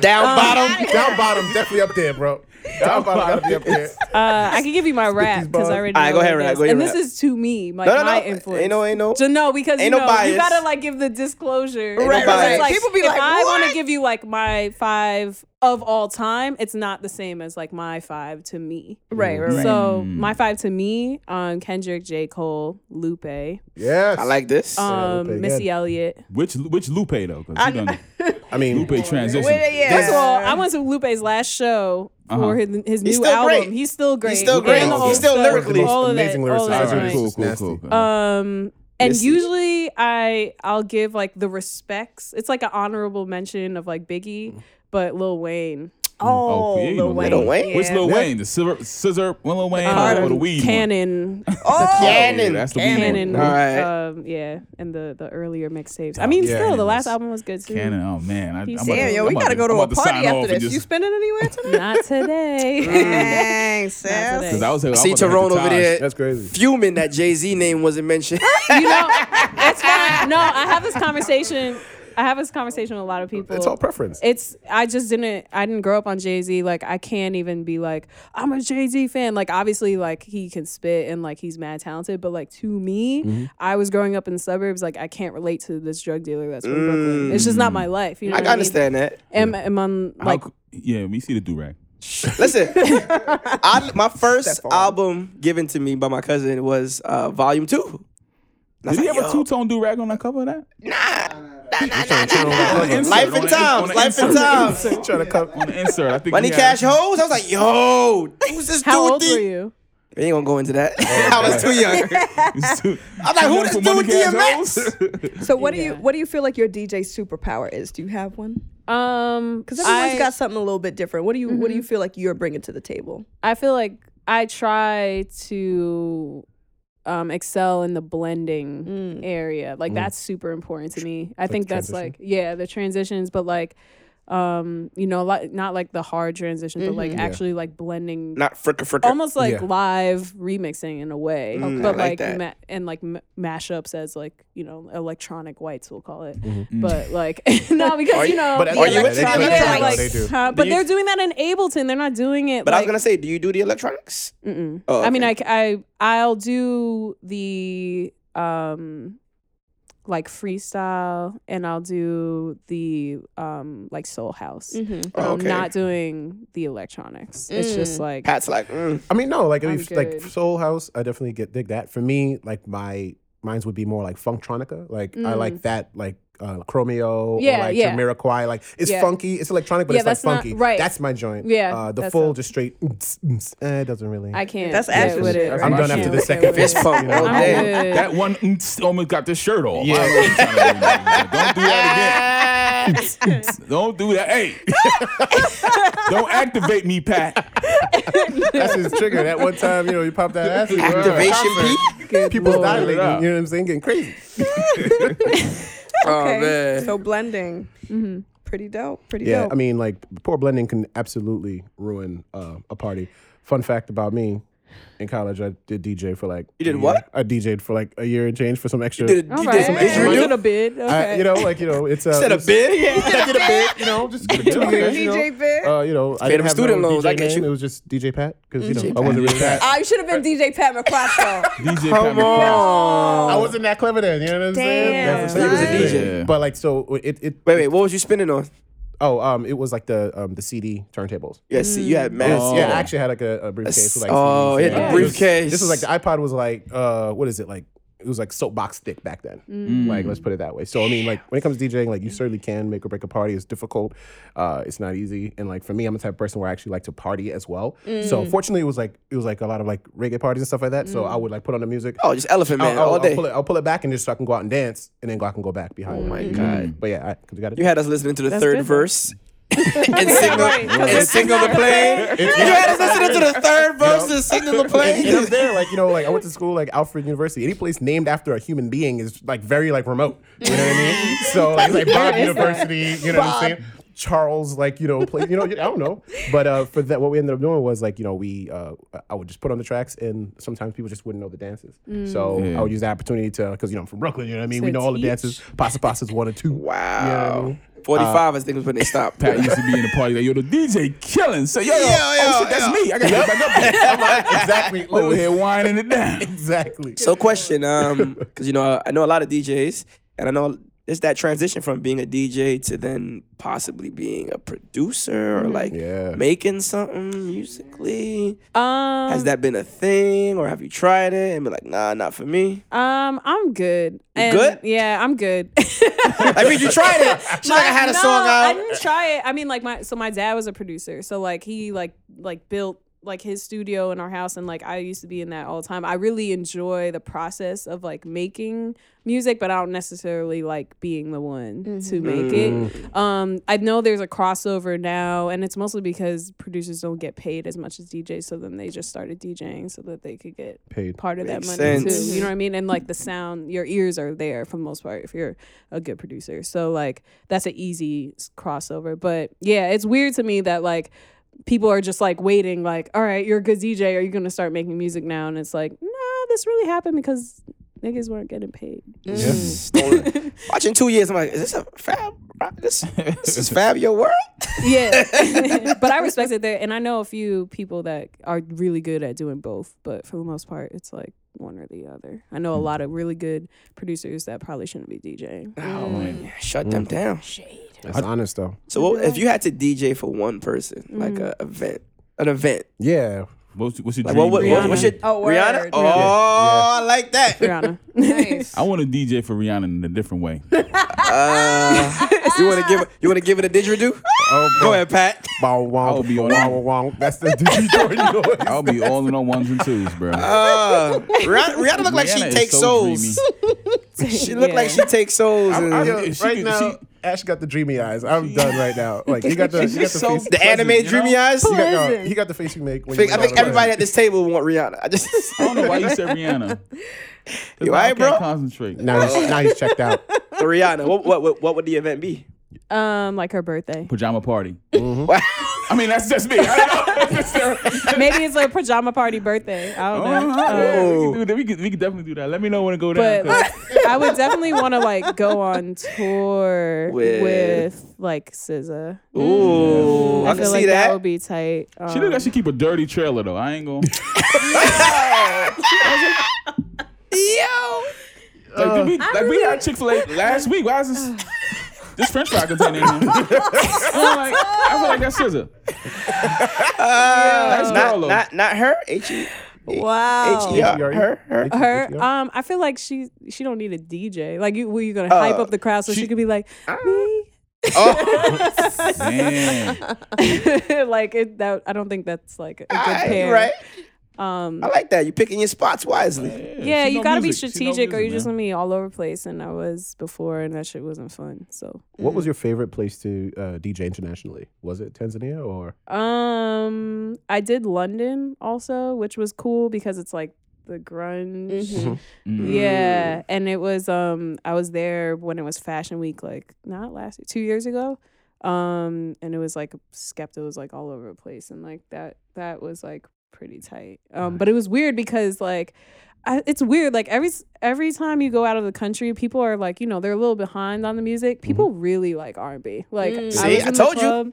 Speaker 3: Down bottom.
Speaker 5: Down bottom, definitely up there, bro. Down bottom, gotta be up there.
Speaker 4: Uh, I can give you my rap because I already.
Speaker 3: All right,
Speaker 4: know
Speaker 3: go
Speaker 4: what
Speaker 3: ahead,
Speaker 4: it
Speaker 3: rap,
Speaker 4: is.
Speaker 3: go ahead,
Speaker 4: And
Speaker 3: rap.
Speaker 4: this is to me, my,
Speaker 3: No, no, no.
Speaker 4: my influence.
Speaker 3: Ain't no, ain't no.
Speaker 4: To know because
Speaker 3: Ain't
Speaker 4: you
Speaker 3: no
Speaker 4: know you
Speaker 3: bias.
Speaker 4: gotta like give the disclosure.
Speaker 3: no
Speaker 4: Because,
Speaker 3: bias.
Speaker 4: Like,
Speaker 6: People be
Speaker 4: if
Speaker 6: like,
Speaker 4: I want
Speaker 6: "What?"
Speaker 4: to give you like my five of all time. It's not the same as like my five to me.
Speaker 6: Right,
Speaker 2: [LAUGHS]
Speaker 6: right, right.
Speaker 4: So my five to me: um, Kendrick, J. Cole, Lupe,
Speaker 5: Yes.
Speaker 3: I like this.
Speaker 4: um,
Speaker 1: Lupe,
Speaker 4: Missy
Speaker 1: good.
Speaker 4: Elliott.
Speaker 2: Which which Lupe though? Because you done
Speaker 1: I mean,
Speaker 2: Lupe
Speaker 6: Well,
Speaker 2: transition.
Speaker 6: yeah.
Speaker 4: First of all, I went to Lupe's last show
Speaker 2: Uh-huh.
Speaker 4: for his, his
Speaker 3: He's
Speaker 4: new
Speaker 3: still
Speaker 4: album.
Speaker 3: great.
Speaker 4: He's still great.
Speaker 3: still
Speaker 4: And
Speaker 3: great.
Speaker 4: the
Speaker 3: He's
Speaker 4: old
Speaker 3: still
Speaker 4: stuff,
Speaker 3: lyrically-
Speaker 4: all of that,
Speaker 1: amazing
Speaker 4: all of that
Speaker 1: lyricist.
Speaker 4: joint.
Speaker 1: Alright,
Speaker 2: Cool,
Speaker 1: It's
Speaker 2: cool,
Speaker 1: nasty.
Speaker 2: cool. Uh,
Speaker 4: Um, and
Speaker 3: Missy.
Speaker 4: usually I I'll give like the respects. It's like an honorable mention of like Biggie, but Lil Wayne,
Speaker 6: Oh, Lil Wayne.
Speaker 3: Lil Wayne?
Speaker 2: Which Lil
Speaker 1: Yeah.
Speaker 2: Wayne? The scissor, scissor well, Lil Wayne or the
Speaker 4: um,
Speaker 2: weed
Speaker 4: Cannon,
Speaker 6: Oh,
Speaker 2: One?
Speaker 3: Cannon.
Speaker 2: that's the
Speaker 4: Cannon,
Speaker 2: weed one.
Speaker 3: Alright.
Speaker 4: um, yeah, and the the earlier mixtapes. I mean,
Speaker 1: yeah.
Speaker 4: still the
Speaker 2: Cannon
Speaker 4: last
Speaker 2: was-
Speaker 4: album was good too.
Speaker 2: Cannon. Oh man, I, I'm about
Speaker 6: Damn,
Speaker 2: to-
Speaker 6: yo,
Speaker 2: I'm
Speaker 6: we
Speaker 2: about
Speaker 6: gotta go to
Speaker 2: I'm
Speaker 6: a
Speaker 2: about sign
Speaker 6: party
Speaker 2: off
Speaker 6: after
Speaker 2: and
Speaker 6: this. You spending
Speaker 2: [LAUGHS]
Speaker 6: anywhere tonight?
Speaker 4: Not today.
Speaker 6: Dang, sis.
Speaker 2: Because I was, I was
Speaker 3: See
Speaker 2: about to hit
Speaker 3: Tyrone
Speaker 2: the
Speaker 3: over
Speaker 2: Taj.
Speaker 3: there
Speaker 1: that's crazy.
Speaker 3: fuming that Jay Z name wasn't mentioned.
Speaker 4: you know, it's fine. No, I have this conversation. I have this conversation with a lot of people.
Speaker 1: It's all preference.
Speaker 4: It's I just didn't I didn't grow up on Jay Z. Like I can't even be like I'm a Jay Z fan. Like obviously like he can spit and like he's mad talented, but like to me,
Speaker 1: Mm-hmm.
Speaker 4: I was growing up in the suburbs. Like I can't relate to this drug dealer that's from Brooklyn. It's
Speaker 1: Mm.
Speaker 4: just not my life. You
Speaker 3: [LAUGHS]
Speaker 4: know
Speaker 3: I
Speaker 4: what
Speaker 3: can understand that.
Speaker 4: I mean? Am, am on
Speaker 2: How
Speaker 4: like
Speaker 2: cou- yeah, we see the do rag.
Speaker 3: Listen, I, my first album given to me by my cousin was uh, Volume Two. And I was
Speaker 2: Did he
Speaker 3: like,
Speaker 2: have a
Speaker 3: yo,
Speaker 2: two tone do rag on the cover of
Speaker 3: [LAUGHS]
Speaker 2: that?
Speaker 5: [LAUGHS]
Speaker 3: Life and Times, Life and Times.
Speaker 1: Trying to come.
Speaker 2: On the insert, I think
Speaker 3: Money
Speaker 2: he had-
Speaker 3: Cash
Speaker 2: [LAUGHS]
Speaker 3: Hoes. I was like, yo, who's this
Speaker 4: how
Speaker 3: dude?
Speaker 4: old
Speaker 3: D-
Speaker 4: were you?
Speaker 3: We ain't gonna go into that. [LAUGHS] I was too young.
Speaker 2: It's too-
Speaker 3: I'm like, who
Speaker 2: Young
Speaker 3: this
Speaker 2: for
Speaker 3: dude
Speaker 2: Money Cash
Speaker 3: DMX?
Speaker 2: Hoes?
Speaker 6: So what do you what do you feel like your DJ superpower is? Do you have one?
Speaker 4: Um,
Speaker 6: Because everyone's
Speaker 4: I- Mm-hmm.
Speaker 6: got something a little bit different. What do you What do you feel like you're bringing to the table?
Speaker 4: I feel like I try to um, excel in the blending
Speaker 3: Mm.
Speaker 4: area.
Speaker 5: Mm.
Speaker 4: Like that's super important to me. I think that's like yeah, the transitions, but like um, you know, like not like the hard transition, but like actually like blending
Speaker 3: [LAUGHS] Mm-hmm. Not fricka fricka.
Speaker 4: almost like
Speaker 2: Yeah.
Speaker 4: live remixing in a way,
Speaker 3: Mm,
Speaker 4: but
Speaker 3: I like
Speaker 4: like,
Speaker 3: that.
Speaker 4: ma- and like m- mashups as like you know electronic whites we'll call it, but like [LAUGHS] no because
Speaker 3: Mm. Are
Speaker 4: you
Speaker 3: you-
Speaker 4: know
Speaker 5: but
Speaker 4: the
Speaker 5: are you
Speaker 3: into
Speaker 4: electronic-
Speaker 3: electronic?
Speaker 4: yeah,
Speaker 5: Mm-hmm.
Speaker 4: like,
Speaker 5: They do.
Speaker 4: huh, but they're doing that in Ableton. They're not doing it.
Speaker 3: But I was
Speaker 4: like,
Speaker 3: gonna say, do you do the electronics?
Speaker 4: Mm-mm.
Speaker 3: Oh,
Speaker 4: I mean,
Speaker 3: okay.
Speaker 4: I, c- I I'll do the um like freestyle, and I'll do the um like soul house.
Speaker 6: Mm-hmm.
Speaker 4: But
Speaker 3: Oh,
Speaker 4: I'm
Speaker 3: okay.
Speaker 4: not doing the electronics. It's just
Speaker 6: Mm.
Speaker 4: like
Speaker 3: Pat's like, mm,
Speaker 1: I mean, no, like
Speaker 4: I'm
Speaker 1: if, like
Speaker 4: good.
Speaker 1: Soul House, I definitely get dig that. For me, like my mines would be more like Funktronica. Like I like that, like uh, Chromeo,
Speaker 4: Mm. Yeah,
Speaker 1: or like
Speaker 4: yeah.
Speaker 1: Jamiroquai. Like it's
Speaker 4: Yeah.
Speaker 1: funky, it's electronic, but
Speaker 4: Yeah,
Speaker 1: it's like
Speaker 4: that's not-
Speaker 1: funky.
Speaker 4: right.
Speaker 1: That's my joint.
Speaker 4: Yeah,
Speaker 1: Uh, the
Speaker 4: that's
Speaker 1: full,
Speaker 4: a-
Speaker 1: just straight. mm mm eh, it doesn't really.
Speaker 4: I can't.
Speaker 6: That's
Speaker 4: get
Speaker 6: Ash's
Speaker 4: with
Speaker 6: shit,
Speaker 4: it.
Speaker 6: right?
Speaker 1: I'm
Speaker 4: I
Speaker 1: done
Speaker 4: can't
Speaker 1: after the
Speaker 4: get
Speaker 1: second
Speaker 4: with it.
Speaker 1: fist
Speaker 3: pump all
Speaker 4: I'm
Speaker 3: day.
Speaker 4: good.
Speaker 2: That one mm, almost got the shirt off. Yeah. Don't do that again. [LAUGHS] Don't do that. Hey, [LAUGHS] don't activate me,
Speaker 3: [LAUGHS]
Speaker 2: Pat.
Speaker 1: That's his trigger. That one time, you know, you pop that ass. you were at a
Speaker 3: [LAUGHS] activation
Speaker 1: concert.
Speaker 3: peak.
Speaker 1: People's
Speaker 4: Lord.
Speaker 1: dilating. You know
Speaker 2: Yeah.
Speaker 1: what I'm saying? Getting crazy.
Speaker 3: Oh man.
Speaker 6: So blending,
Speaker 4: Mm-hmm.
Speaker 6: pretty dope. Pretty
Speaker 1: Yeah,
Speaker 6: dope.
Speaker 1: I mean, like poor blending can absolutely ruin uh, a party. Fun fact about me: in college, I did DJ for like
Speaker 3: You did
Speaker 1: a year.
Speaker 3: what?
Speaker 1: I DJ'd for like a year and change for some extra.
Speaker 3: did,
Speaker 4: All
Speaker 3: you did some
Speaker 4: right.
Speaker 3: didgeridoo?
Speaker 4: Was it a bid?
Speaker 1: I-
Speaker 4: Okay.
Speaker 1: you know, like you know,
Speaker 3: [LAUGHS]
Speaker 1: it's uh, it
Speaker 3: Said a
Speaker 1: was-
Speaker 3: bid? Yeah.
Speaker 1: [LAUGHS] I did a bit, you know, just for [LAUGHS] two years, you
Speaker 6: DJ
Speaker 1: know.
Speaker 6: bit.
Speaker 1: Uh, you know, I
Speaker 3: Paid
Speaker 1: didn't
Speaker 3: him
Speaker 1: have my
Speaker 3: student
Speaker 1: own
Speaker 3: loans, I
Speaker 1: DJ
Speaker 3: get
Speaker 1: name.
Speaker 3: you.
Speaker 1: It was just DJ Pat because you know
Speaker 3: DJ
Speaker 1: I wasn't really
Speaker 2: Pat.
Speaker 1: that.
Speaker 6: Ah, you should have been DJ Pat
Speaker 4: [LAUGHS]
Speaker 6: McClatchy.
Speaker 2: DJ
Speaker 3: Come
Speaker 2: Pat McCall.
Speaker 6: oh,
Speaker 1: I wasn't that clever then. You know what I'm saying?
Speaker 6: Damn,
Speaker 1: That's the thing.
Speaker 6: son.
Speaker 3: He was a
Speaker 2: DJ.
Speaker 1: But like, so it it
Speaker 3: [LAUGHS] Wait, wait. What was you spinning on?
Speaker 1: oh um it was like the um the CD turntables.
Speaker 3: Yeah, see, you had mass.
Speaker 2: Oh.
Speaker 1: Yeah, I actually had like a, a briefcase. With, like,
Speaker 3: Oh,
Speaker 1: CDs.
Speaker 3: he had the
Speaker 1: Like,
Speaker 3: briefcase.
Speaker 1: This was, this was like the iPod was like, uh, what is it like? It was like soapbox thick back then.
Speaker 3: Mm.
Speaker 1: Like let's put it that way. So I mean, like when it comes to DJing, like you certainly can make or break a party. It's difficult. Uh, it's not easy. And like for me, I'm the type of person where I actually like to party as well. So fortunately, it was like it was like a lot of like reggae parties and stuff like that. So I would like put on the music.
Speaker 3: Oh, just elephant man
Speaker 1: I'll, I'll-
Speaker 3: all
Speaker 1: I'll
Speaker 3: day.
Speaker 1: pull it. I'll pull it back and just so I can go out and dance, and then I can go back behind.
Speaker 3: Oh my
Speaker 1: it.
Speaker 3: God.
Speaker 1: But yeah, I, 'cause we got it.
Speaker 3: You had us listening to the
Speaker 4: That's
Speaker 3: third
Speaker 4: good, though. [LAUGHS]
Speaker 3: verse. and single,
Speaker 4: Right, 'cause
Speaker 3: and
Speaker 4: it's
Speaker 3: single the
Speaker 4: not-
Speaker 3: plane. You had us listening to the third verse and single the
Speaker 1: and, and I'm
Speaker 3: plane.
Speaker 1: there, [LAUGHS] like you know, like I went to school, like Alfred University. Any place named after a human being is like very like remote. You know what I mean? So like, it's like Bob University. You know what I'm saying? Charles, like you know, play, you know, I don't know. But uh, for that, what we ended up doing was like you know, we uh, I would just put on the tracks, and sometimes people just wouldn't know the dances. So I would use the opportunity to because you know I'm from Brooklyn. You know what I mean? we
Speaker 4: To
Speaker 1: know all the
Speaker 4: teach.
Speaker 1: dances. Pasta pastas one and two.
Speaker 3: Wow. 45, I think, was when they stopped.
Speaker 2: Pat used to be in the party like, yo, the DJ killing. So yo, yo,
Speaker 3: Yo,
Speaker 2: oh,
Speaker 3: yo,
Speaker 2: shit, that's
Speaker 3: yo.
Speaker 2: me. I got to get back up.
Speaker 3: [LAUGHS]
Speaker 2: there.
Speaker 1: I'm like, exactly.
Speaker 2: Over here winding it down.
Speaker 1: Exactly.
Speaker 3: So question, um, because you know I know a lot of DJs, and I know it's that transition from being a DJ to then possibly being a producer or like
Speaker 1: Yeah.
Speaker 3: making something musically.
Speaker 4: Um,
Speaker 3: Has that been a thing, or have you tried it and be like, nah, not for
Speaker 4: [LAUGHS]
Speaker 3: me?
Speaker 4: Um, I'm good. And-
Speaker 3: good?
Speaker 4: Yeah, I'm good. [LAUGHS]
Speaker 3: I mean, you tried it. She's like, I had a
Speaker 4: no,
Speaker 3: song
Speaker 4: I
Speaker 3: out.
Speaker 4: didn't try it. I mean, like my so my dad was a producer, so like he like like built like his studio in our house, and like I used to be in that all the time. I really enjoy the process of like making music, but I don't necessarily like being the one
Speaker 3: Mm-hmm.
Speaker 4: to make it. Um, I know there's a crossover now, and it's mostly because producers don't get paid as much as DJs, so then they just started DJing so that they could get
Speaker 1: Paid.
Speaker 4: part of
Speaker 3: Makes
Speaker 4: that money
Speaker 3: sense.
Speaker 4: too. You know what I mean? And like the sound, your ears are there for the most part if you're a good producer. So like that's an easy s- crossover. But yeah, it's weird to me that like people are just like waiting, like, all right, you're a good DJ. Are you gonna start making music now? And it's like, no, this really happened because niggas weren't getting
Speaker 3: [LAUGHS]
Speaker 4: paid.
Speaker 3: Stolen. Watching two years, I'm like, is this a fab? This, this is fab your world. [LAUGHS]
Speaker 4: Yeah, but I respect it there, and I know a few people that are really good at doing both. But for the most part, it's like one or the other. I
Speaker 3: Hmm.
Speaker 4: know a lot of really good producers that probably shouldn't be DJing.
Speaker 3: [LAUGHS] [LAUGHS] Oh, man. Shut them down.
Speaker 1: That's honest though.
Speaker 3: So, what, if you had to DJ for one person, like
Speaker 4: Mm.
Speaker 3: a event, an event,
Speaker 1: Yeah.
Speaker 2: What's, what's your
Speaker 3: Like,
Speaker 2: dream?
Speaker 3: what, what, what,
Speaker 2: party?
Speaker 3: what's your
Speaker 6: Oh, word.
Speaker 3: Rihanna?
Speaker 6: Rihanna.
Speaker 3: Oh, I like that.
Speaker 4: Brianna.
Speaker 6: nice.
Speaker 2: I want to DJ for Rihanna in a different way.
Speaker 3: Uh, you want to give you want to give it a didgeridoo?
Speaker 1: Oh,
Speaker 3: Go ahead, Pat.
Speaker 1: Bow, wow,
Speaker 2: I'll be on
Speaker 1: wow,
Speaker 2: it.
Speaker 1: wow, wow. That's the digital noise.
Speaker 2: I'll be all in on ones and twos,
Speaker 3: [LAUGHS]
Speaker 2: bro.
Speaker 3: Uh, Rihanna, Rihanna look like she
Speaker 2: Rihanna is
Speaker 3: takes
Speaker 2: so
Speaker 3: souls.
Speaker 2: dreamy.
Speaker 3: She look like
Speaker 4: [LAUGHS] Yeah.
Speaker 3: she takes souls. and-
Speaker 1: I-
Speaker 2: If she
Speaker 1: right
Speaker 2: could-
Speaker 1: now,
Speaker 2: she-
Speaker 1: Ash got the dreamy eyes. I'm done right now. Like you got the you got the
Speaker 3: so
Speaker 1: face.
Speaker 3: The
Speaker 7: anime dreamy eyes.
Speaker 1: You got, no,
Speaker 6: Listen.
Speaker 1: he got the face you make. When
Speaker 3: I think,
Speaker 1: you
Speaker 3: I think everybody at this table want Rihanna. I just
Speaker 2: I don't know why you said Rihanna.
Speaker 3: you all
Speaker 2: I
Speaker 3: right,
Speaker 2: can't
Speaker 3: bro?
Speaker 2: concentrate.
Speaker 1: Now
Speaker 3: Oh.
Speaker 1: he's, now he's checked
Speaker 3: [LAUGHS]
Speaker 1: out.
Speaker 3: So Rihanna. What, what what what would the event be?
Speaker 4: Um, like her birthday.
Speaker 2: Pajama party.
Speaker 3: Mm-hmm.
Speaker 2: I mean, that's just me. I don't know. [LAUGHS] That's just-
Speaker 4: Maybe it's a pajama party birthday. I
Speaker 3: Uh-huh.
Speaker 4: don't know.
Speaker 2: Oh, we, can do that. we, can, we can definitely do that. Let me know when to go down.
Speaker 4: but
Speaker 2: 'cause- [LAUGHS]
Speaker 4: like, I would definitely want to like go on tour
Speaker 3: With-
Speaker 4: with, like SZA.
Speaker 3: Ooh, I,
Speaker 4: I,
Speaker 3: can
Speaker 4: feel
Speaker 3: see
Speaker 4: like that.
Speaker 3: that.
Speaker 4: would be tight.
Speaker 3: uh,
Speaker 4: Um,
Speaker 2: she look like she keep a dirty trailer though. I ain't gonna. Yo. Like, did we, like we had Chick Fil A last week. Why is this this French fry container? In here? I'm like, I feel like that's scissor. that's
Speaker 3: Uh, not,
Speaker 2: girl though.
Speaker 3: not not her. H E
Speaker 6: Wow.
Speaker 3: H E R.
Speaker 1: H E R E?
Speaker 3: Her her.
Speaker 4: her,
Speaker 1: Yeah.
Speaker 4: um, I feel like she she don't need a DJ. Like, you, were you
Speaker 3: Uh,
Speaker 4: gonna hype up the crowd so she, could be like
Speaker 3: Ah.
Speaker 4: me? [LAUGHS]
Speaker 3: Oh.
Speaker 2: Man.
Speaker 4: like it, that I don't think that's like a good
Speaker 3: Aight,
Speaker 4: pair.
Speaker 3: Ah, right.
Speaker 4: Um,
Speaker 3: I like that. You picking your spots wisely.
Speaker 4: yeah,
Speaker 2: she
Speaker 4: you
Speaker 2: know
Speaker 4: gotta be
Speaker 2: music. She know
Speaker 4: strategic, or
Speaker 2: music,
Speaker 4: you're just
Speaker 2: man.
Speaker 4: gonna be all over the place. And I was before, and that shit wasn't fun. So,
Speaker 1: What was your favorite place to uh, DJ internationally? Was it Tanzania or?
Speaker 4: um, I did London also, which was cool because it's like the grunge. Yeah, and it was um I was there when it was Fashion Week, like not last two years ago, um and it was like Skepta was like all over the place, and like that that was like pretty tight. Um, but it was weird because like. I, it's weird. Like every s- every time you go out of the country, people are like, you know, they're a little behind on the music.
Speaker 2: Mm-hmm.
Speaker 4: People really like R and B. Like,
Speaker 2: Mm.
Speaker 3: See, I told you.
Speaker 4: you.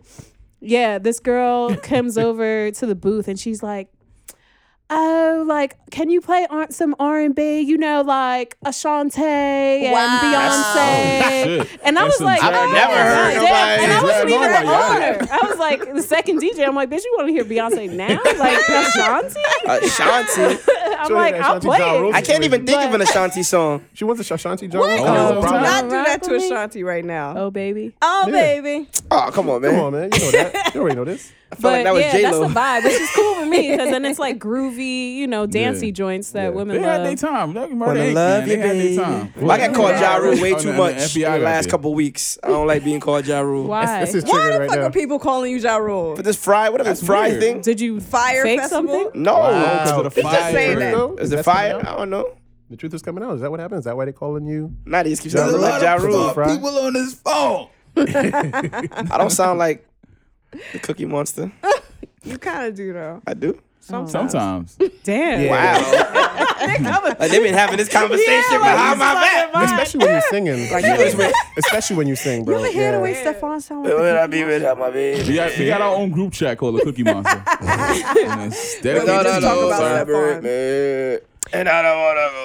Speaker 4: Yeah, this girl comes over to the booth and she's like, oh, like, can you play ar- some R and B? You know, like Ashante and
Speaker 6: Wow.
Speaker 4: Beyonce.
Speaker 2: Shit.
Speaker 4: and I
Speaker 2: That's
Speaker 4: was
Speaker 2: some
Speaker 4: like,
Speaker 2: drag
Speaker 4: oh,
Speaker 2: on
Speaker 3: never heard
Speaker 4: damn.
Speaker 3: nobody-
Speaker 4: And I wasn't
Speaker 2: drag
Speaker 3: Oh
Speaker 2: on
Speaker 4: even an
Speaker 2: nobody.
Speaker 4: owner. I was like, the second DJ. I'm like, bitch, you want to hear Beyonce
Speaker 3: [LAUGHS]
Speaker 4: now? Like Ashanti?
Speaker 3: Uh,
Speaker 4: [LAUGHS]
Speaker 3: Ashanti.
Speaker 4: I'm
Speaker 1: Sure,
Speaker 4: like,
Speaker 1: yeah,
Speaker 4: I'll
Speaker 1: Ashanti
Speaker 4: play
Speaker 1: Ja Rule.
Speaker 4: it.
Speaker 3: I can't even think of an Ashanti song.
Speaker 1: She wants a Shanti John.
Speaker 6: What?
Speaker 2: Oh,
Speaker 6: Oh, do
Speaker 2: bro.
Speaker 6: not do that
Speaker 4: Rock
Speaker 6: to
Speaker 4: with me.
Speaker 6: Ashanti right now. Oh,
Speaker 4: Oh baby.
Speaker 6: baby.
Speaker 3: Oh come on, man.
Speaker 1: Come on, man. You know that. You already know this.
Speaker 3: I felt like that was
Speaker 4: yeah,
Speaker 3: J Lo.
Speaker 4: that's the vibe, which is cool for me because then it's
Speaker 3: [LAUGHS]
Speaker 4: like groovy, you know, dancey
Speaker 2: Yeah.
Speaker 4: joints that women
Speaker 2: They
Speaker 4: love.
Speaker 2: had their time. They,
Speaker 3: Wanna
Speaker 2: they,
Speaker 3: love
Speaker 2: love they
Speaker 3: you,
Speaker 2: had
Speaker 3: baby.
Speaker 2: their time.
Speaker 3: I got called Ja Rule way
Speaker 2: Oh,
Speaker 3: too
Speaker 2: no, no,
Speaker 3: much in
Speaker 2: FBI
Speaker 3: the
Speaker 2: got
Speaker 3: last
Speaker 2: there.
Speaker 3: couple weeks. I don't like being called Ja Rule.
Speaker 4: Why?
Speaker 1: This is
Speaker 6: Why
Speaker 1: triggered
Speaker 6: the
Speaker 1: right
Speaker 6: fuck
Speaker 1: now.
Speaker 6: are people calling you Ja Rule?
Speaker 3: But this fry, whatever this fry
Speaker 2: weird.
Speaker 3: thing.
Speaker 4: Did you
Speaker 6: Fire
Speaker 4: fake
Speaker 6: festival?
Speaker 4: something?
Speaker 3: No.
Speaker 1: Wow.
Speaker 2: Because of the
Speaker 1: He's
Speaker 6: just saying
Speaker 2: fire.
Speaker 6: that.
Speaker 3: Is it
Speaker 1: That's coming
Speaker 3: fire?
Speaker 1: out?
Speaker 3: I don't know.
Speaker 1: The truth is coming out. Is that what happened? Is that why they're calling you?
Speaker 3: Nah, they just keep
Speaker 1: There's
Speaker 3: sounding
Speaker 1: a
Speaker 3: like
Speaker 1: lot
Speaker 3: Ja
Speaker 1: of
Speaker 3: Rule.
Speaker 1: Fry?
Speaker 2: People on this phone.
Speaker 3: I don't sound like the Cookie Monster.
Speaker 6: You kind of do though.
Speaker 3: I
Speaker 4: [LAUGHS]
Speaker 3: do.
Speaker 2: Sometimes.
Speaker 4: Damn.
Speaker 3: Wow. like, they've been
Speaker 4: [LAUGHS]
Speaker 3: having this conversation behind my back.
Speaker 1: Especially when you're singing. Yeah. Especially when you sing, bro.
Speaker 6: Hear the way
Speaker 1: Yeah.
Speaker 6: Stefan sound like
Speaker 3: Will I be without my
Speaker 2: We
Speaker 3: baby?
Speaker 2: got, we got our own group chat called the Cookie Monster. And it's dedicated
Speaker 6: No, no,
Speaker 2: to
Speaker 6: no,
Speaker 2: you,
Speaker 6: about
Speaker 2: sir.
Speaker 6: that.
Speaker 3: separate, man. And I don't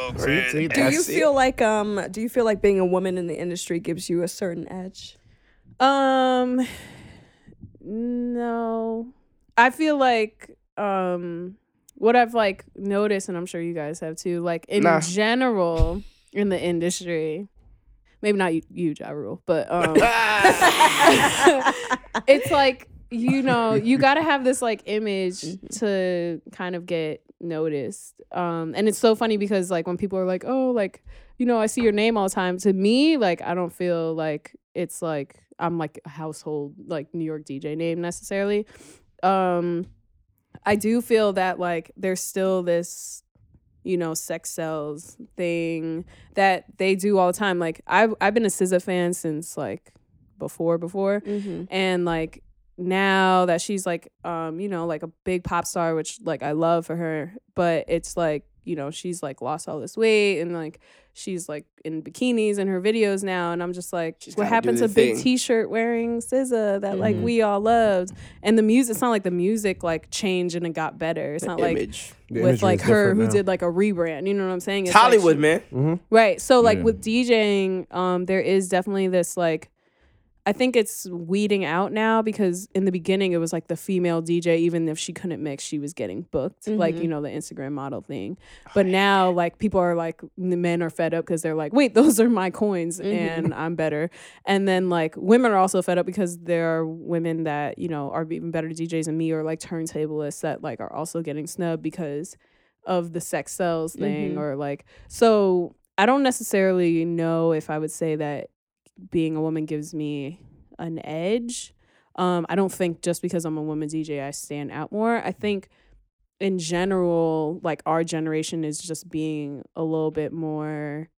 Speaker 3: want to go
Speaker 1: See, see, Do
Speaker 3: crazy.
Speaker 6: Do you feel like um? Do you feel like being a woman in the industry gives you a certain edge?
Speaker 4: Um no. I feel like um what I've like noticed and I'm sure you guys have too, like in
Speaker 3: Nah.
Speaker 4: general in the industry. Maybe not you, you Ja Rule, but um [LAUGHS] it's like you know you got to have this like image to kind of get noticed um and it's so funny because like when people are like oh like you know i see your name all the time to me like i don't feel like it's like i'm like a household like new york dj name necessarily um i do feel that like there's still this you know sex cells thing that they do all the time like i've, I've been a SZA fan since like before before
Speaker 6: Mm-hmm.
Speaker 4: and like now that she's like um you know like a big pop star which like i love for her but it's like you know she's like lost all this weight and like she's like in bikinis in her videos now and i'm just like
Speaker 3: She's
Speaker 4: what
Speaker 3: gotta do
Speaker 4: happened
Speaker 3: the
Speaker 4: to big
Speaker 3: thing. Mm-hmm.
Speaker 4: t-shirt wearing SZA that like we all loved and the music it's not like the music like changed and it got better it's not like
Speaker 3: Image.
Speaker 4: with like her who did like a rebrand you know what i'm saying
Speaker 3: It's
Speaker 4: like,
Speaker 3: Hollywood,
Speaker 4: she-
Speaker 3: man.
Speaker 4: Right. So like
Speaker 2: Yeah.
Speaker 4: with DJing, um, there is definitely this like I think it's weeding out now because in the beginning it was like the female DJ, even if she couldn't mix, she was getting booked. Like, you know, the Instagram model thing. But now like people are like the men are fed up because they're like, wait, [LAUGHS] those are my coins and I'm better. And then like women are also fed up because there are women that, you know, are even better DJs than me or like turntablists that like are also getting snubbed because of the sex cells thing or like so I don't necessarily know if I would say that being a woman gives me an edge. Um, I don't think just because I'm a woman DJ, I stand out more. I think in general, like our generation is just being a little bit more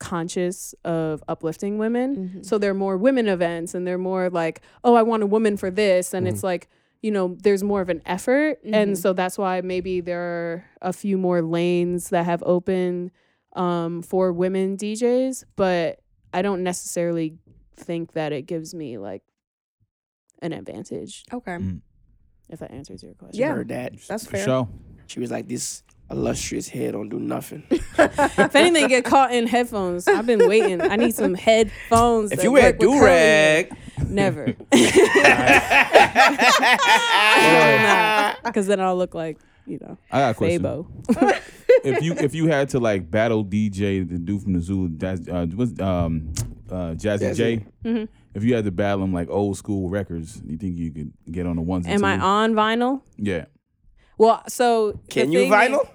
Speaker 4: conscious of uplifting women.
Speaker 6: Mm-hmm.
Speaker 4: So there are more women events and they're more like, oh, I want a woman for this. And
Speaker 3: Mm-hmm.
Speaker 4: it's like, you know, there's more of an effort. And so that's why maybe there are a few more lanes that have opened um, for women DJs. But I don't necessarily think that it gives me like an advantage,
Speaker 6: Okay.
Speaker 4: if that answers your question.
Speaker 6: Yeah.
Speaker 3: Heard that.
Speaker 6: That's
Speaker 2: For
Speaker 6: fair.
Speaker 2: sure.
Speaker 3: She was like, this illustrious hair don't do nothing.
Speaker 4: if anything, get caught in headphones. I've been waiting. I
Speaker 3: [LAUGHS]
Speaker 4: need some headphones.
Speaker 3: if
Speaker 4: that
Speaker 3: you wear
Speaker 4: work with
Speaker 3: do rag,
Speaker 4: curly. never. [LAUGHS] Because then I'll look like you know
Speaker 2: I got a question.
Speaker 4: Fabo.
Speaker 2: if you if you had to like battle DJ the dude from the Zoo, Jazz, uh, what's um uh Jazzy,
Speaker 3: Jazzy.
Speaker 2: J?
Speaker 4: Mm-hmm.
Speaker 2: If you had to battle him like old school records, you think you could get on the ones? and
Speaker 4: Am I
Speaker 2: twos?
Speaker 4: on vinyl?
Speaker 2: Yeah.
Speaker 4: Well, so the
Speaker 3: can you
Speaker 4: thing
Speaker 3: vinyl?
Speaker 4: is-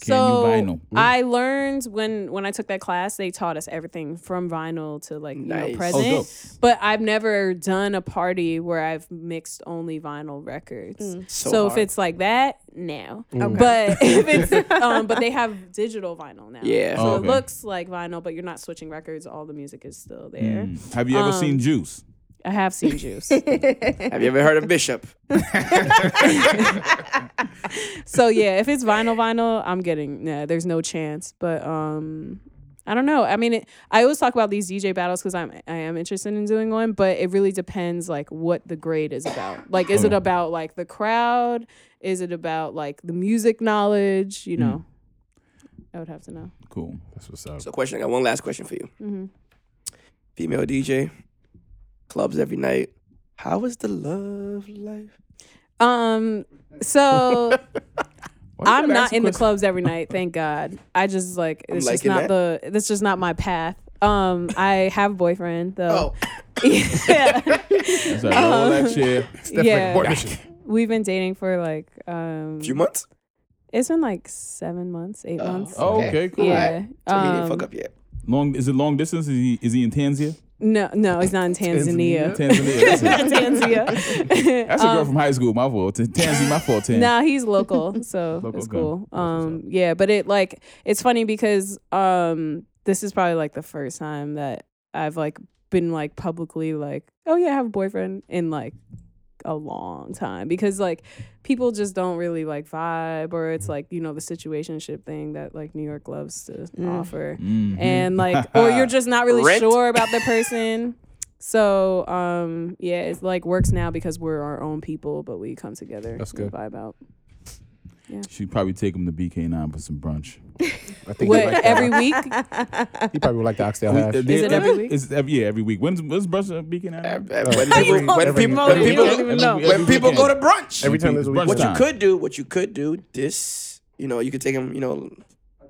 Speaker 4: so
Speaker 2: Can you vinyl?
Speaker 4: I learned when when I took that class, they taught us everything from vinyl to like you
Speaker 3: Nice.
Speaker 4: know,
Speaker 2: Oh,
Speaker 4: present.
Speaker 2: dope.
Speaker 4: But I've never done a party where I've mixed only vinyl records. So,
Speaker 3: So
Speaker 4: if
Speaker 3: hard.
Speaker 4: it's like that, no. But if it's um, but they have digital vinyl now.
Speaker 3: Yeah.
Speaker 4: So
Speaker 2: Oh,
Speaker 4: it
Speaker 2: okay.
Speaker 4: looks like vinyl, but you're not switching records. All the music is still there. Um,
Speaker 2: Mm. Have you ever seen Juice?
Speaker 4: I have seen Juice.
Speaker 3: Have you ever heard of Bishop?
Speaker 4: so yeah, if it's vinyl, vinyl, I'm getting. Nah, there's no chance. But um, I don't know. I mean, it, I always talk about these DJ battles because I'm I am interested in doing one, but it really depends like what the grade is about. Like,
Speaker 2: Mm.
Speaker 4: is it about like the crowd? Is it about like the music knowledge?
Speaker 2: Mm.
Speaker 4: You know, I would have to know. Mm-hmm.
Speaker 2: Cool.
Speaker 1: That's what's up.
Speaker 3: So question, I got one last question for you. Female DJ, clubs every night. How is the love life?
Speaker 4: Um,
Speaker 2: [LAUGHS]
Speaker 4: so
Speaker 2: Why you
Speaker 4: I'm
Speaker 2: gotta
Speaker 4: not
Speaker 2: ask a
Speaker 4: in the
Speaker 2: question?
Speaker 4: clubs every night, thank God. I just like it's just
Speaker 3: liking
Speaker 4: not the that's just not my path. Um, I have a boyfriend
Speaker 2: Oh,
Speaker 4: though. [LAUGHS] yeah.
Speaker 2: That's like, roll
Speaker 4: [LAUGHS]
Speaker 2: that shit.
Speaker 4: yeah.
Speaker 1: Boy, mission.
Speaker 4: We've been dating for like um
Speaker 3: A few months?
Speaker 4: it's been like seven months, eight months.
Speaker 2: Oh, okay, cool.
Speaker 4: yeah.
Speaker 3: So he didn't
Speaker 4: Um,
Speaker 3: fuck up yet.
Speaker 2: Long is it long distance? Is he is he in Tanzania?
Speaker 4: No, no, it's not in Tanzania.
Speaker 2: Tanzania. That's, it.
Speaker 4: [LAUGHS] Tanzania.
Speaker 2: That's a girl from high school. My fault. T- Tanzania. My fault. Tanzania.
Speaker 4: Nah, he's local, so
Speaker 2: Local,
Speaker 4: it's
Speaker 2: okay.
Speaker 4: cool. Um, yeah, but it like it's funny because um, this is probably like the first time that I've like been like publicly like, oh yeah, I have a boyfriend in like a long time because like people just don't really like vibe or it's like you know the situationship thing that like New York loves to offer
Speaker 2: Mm-hmm.
Speaker 4: and like or you're just not really
Speaker 3: Rent.
Speaker 4: sure about the person. So um yeah, it's like works now because we're our own people, but we come together. That's
Speaker 1: good.
Speaker 4: Vibe out.
Speaker 2: She'd probably take him to BK9 for some brunch.
Speaker 1: I think
Speaker 4: What
Speaker 1: he, like
Speaker 4: every week?
Speaker 1: that. he probably would like the oxtail
Speaker 2: We-
Speaker 1: hash.
Speaker 2: uh, they-
Speaker 4: Is it every week?
Speaker 2: It's every, yeah, every week. When's when's brunch at BK9?
Speaker 3: When
Speaker 1: every-
Speaker 3: people- when
Speaker 1: every-
Speaker 3: people-
Speaker 1: every-
Speaker 3: when
Speaker 4: don't even
Speaker 3: people-
Speaker 4: know.
Speaker 3: when people go to brunch.
Speaker 1: Every time there's a weekend.
Speaker 2: Brunch
Speaker 3: What you
Speaker 2: time.
Speaker 3: could do, what you could do, this, you know, you could take him, you know,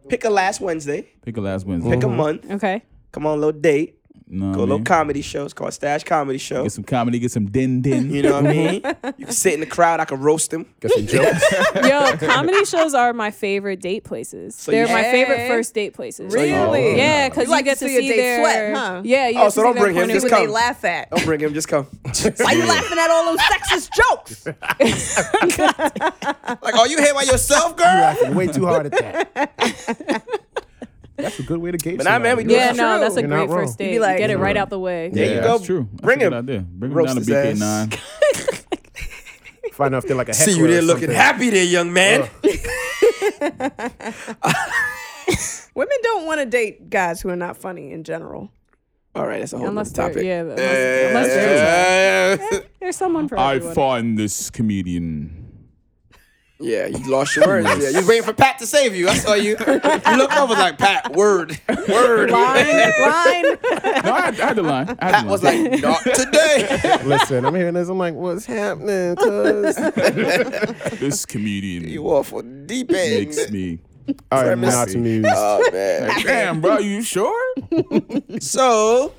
Speaker 3: pick a last Wednesday,
Speaker 2: pick a last Wednesday.
Speaker 3: pick a month,
Speaker 4: Okay.
Speaker 3: come on a little
Speaker 2: You know what
Speaker 3: date, go
Speaker 2: Mm-hmm. I
Speaker 3: a little
Speaker 2: mean?
Speaker 3: comedy show. It's called Stash Comedy Show.
Speaker 2: Get some comedy. Get some din
Speaker 3: [LAUGHS]
Speaker 2: din.
Speaker 3: You know what I mean? You can sit in the crowd, I can roast him.
Speaker 1: Got some
Speaker 3: [LAUGHS]
Speaker 1: jokes.
Speaker 4: Yo, comedy shows are my favorite date places. They're
Speaker 3: you-
Speaker 4: my favorite
Speaker 6: Hey.
Speaker 4: first date places.
Speaker 6: Really?
Speaker 2: Oh.
Speaker 4: Yeah, because
Speaker 6: You like
Speaker 4: get
Speaker 6: to
Speaker 4: to
Speaker 6: see your
Speaker 4: see
Speaker 6: dates
Speaker 4: their
Speaker 6: sweat, huh?
Speaker 4: Yeah. You
Speaker 3: Oh,
Speaker 4: get
Speaker 3: so
Speaker 4: to see
Speaker 3: don't
Speaker 4: their
Speaker 3: bring him,
Speaker 4: point of
Speaker 3: just
Speaker 6: What
Speaker 4: view.
Speaker 6: they
Speaker 3: come.
Speaker 6: laugh at.
Speaker 3: Don't bring him, just
Speaker 4: [LAUGHS]
Speaker 3: come.
Speaker 6: Why you laughing at all those sexist jokes?
Speaker 3: Like, are you here by yourself, girl?
Speaker 1: laughing way too hard at that. That's a good way to gauge.
Speaker 3: But nah, man, we
Speaker 1: somebody.
Speaker 3: do
Speaker 4: Yeah,
Speaker 3: That's
Speaker 4: no,
Speaker 3: true.
Speaker 4: that's a
Speaker 1: You're
Speaker 4: great
Speaker 1: not
Speaker 4: first
Speaker 1: wrong.
Speaker 4: date.
Speaker 6: You'd be like-
Speaker 4: get it right out the way.
Speaker 3: There you
Speaker 2: Yeah,
Speaker 3: go.
Speaker 2: That's true. That's
Speaker 3: Bring
Speaker 2: a good
Speaker 3: him.
Speaker 2: idea. Bring him
Speaker 3: Roast
Speaker 2: down to
Speaker 3: his
Speaker 2: BK9.
Speaker 1: find out if they're like a heckler.
Speaker 3: See you there
Speaker 1: or
Speaker 3: looking
Speaker 1: something.
Speaker 3: happy there, young man.
Speaker 6: Women don't want to date guys who are not funny in general.
Speaker 3: All right, that's a whole
Speaker 4: Unless
Speaker 3: nother
Speaker 4: they're,
Speaker 3: topic.
Speaker 4: yeah, unless, unless they're,
Speaker 3: Yeah,
Speaker 4: [LAUGHS] there's someone
Speaker 3: [LAUGHS]
Speaker 4: for
Speaker 2: I
Speaker 4: everyone.
Speaker 2: find this comedian.
Speaker 3: yeah, you lost your words. Yeah, you was waiting for Pat to save you. I saw you. You looked over like Pat. Word, word.
Speaker 4: Line, line.
Speaker 2: No, I, had- I had the line. I had
Speaker 3: Pat
Speaker 2: the
Speaker 3: was
Speaker 2: line.
Speaker 3: like, not
Speaker 1: [LAUGHS]
Speaker 3: today.
Speaker 1: Listen, I'm hearing this. I'm like, what's happening? [LAUGHS] Cause
Speaker 2: [LAUGHS] this comedian
Speaker 3: [LAUGHS] You off on deep end.
Speaker 2: makes
Speaker 3: [LAUGHS]
Speaker 2: me.
Speaker 1: I am not
Speaker 2: Premise.
Speaker 1: amused.
Speaker 3: Oh man.
Speaker 2: Like, Damn, bro, you
Speaker 3: [LAUGHS]
Speaker 2: sure?
Speaker 3: So,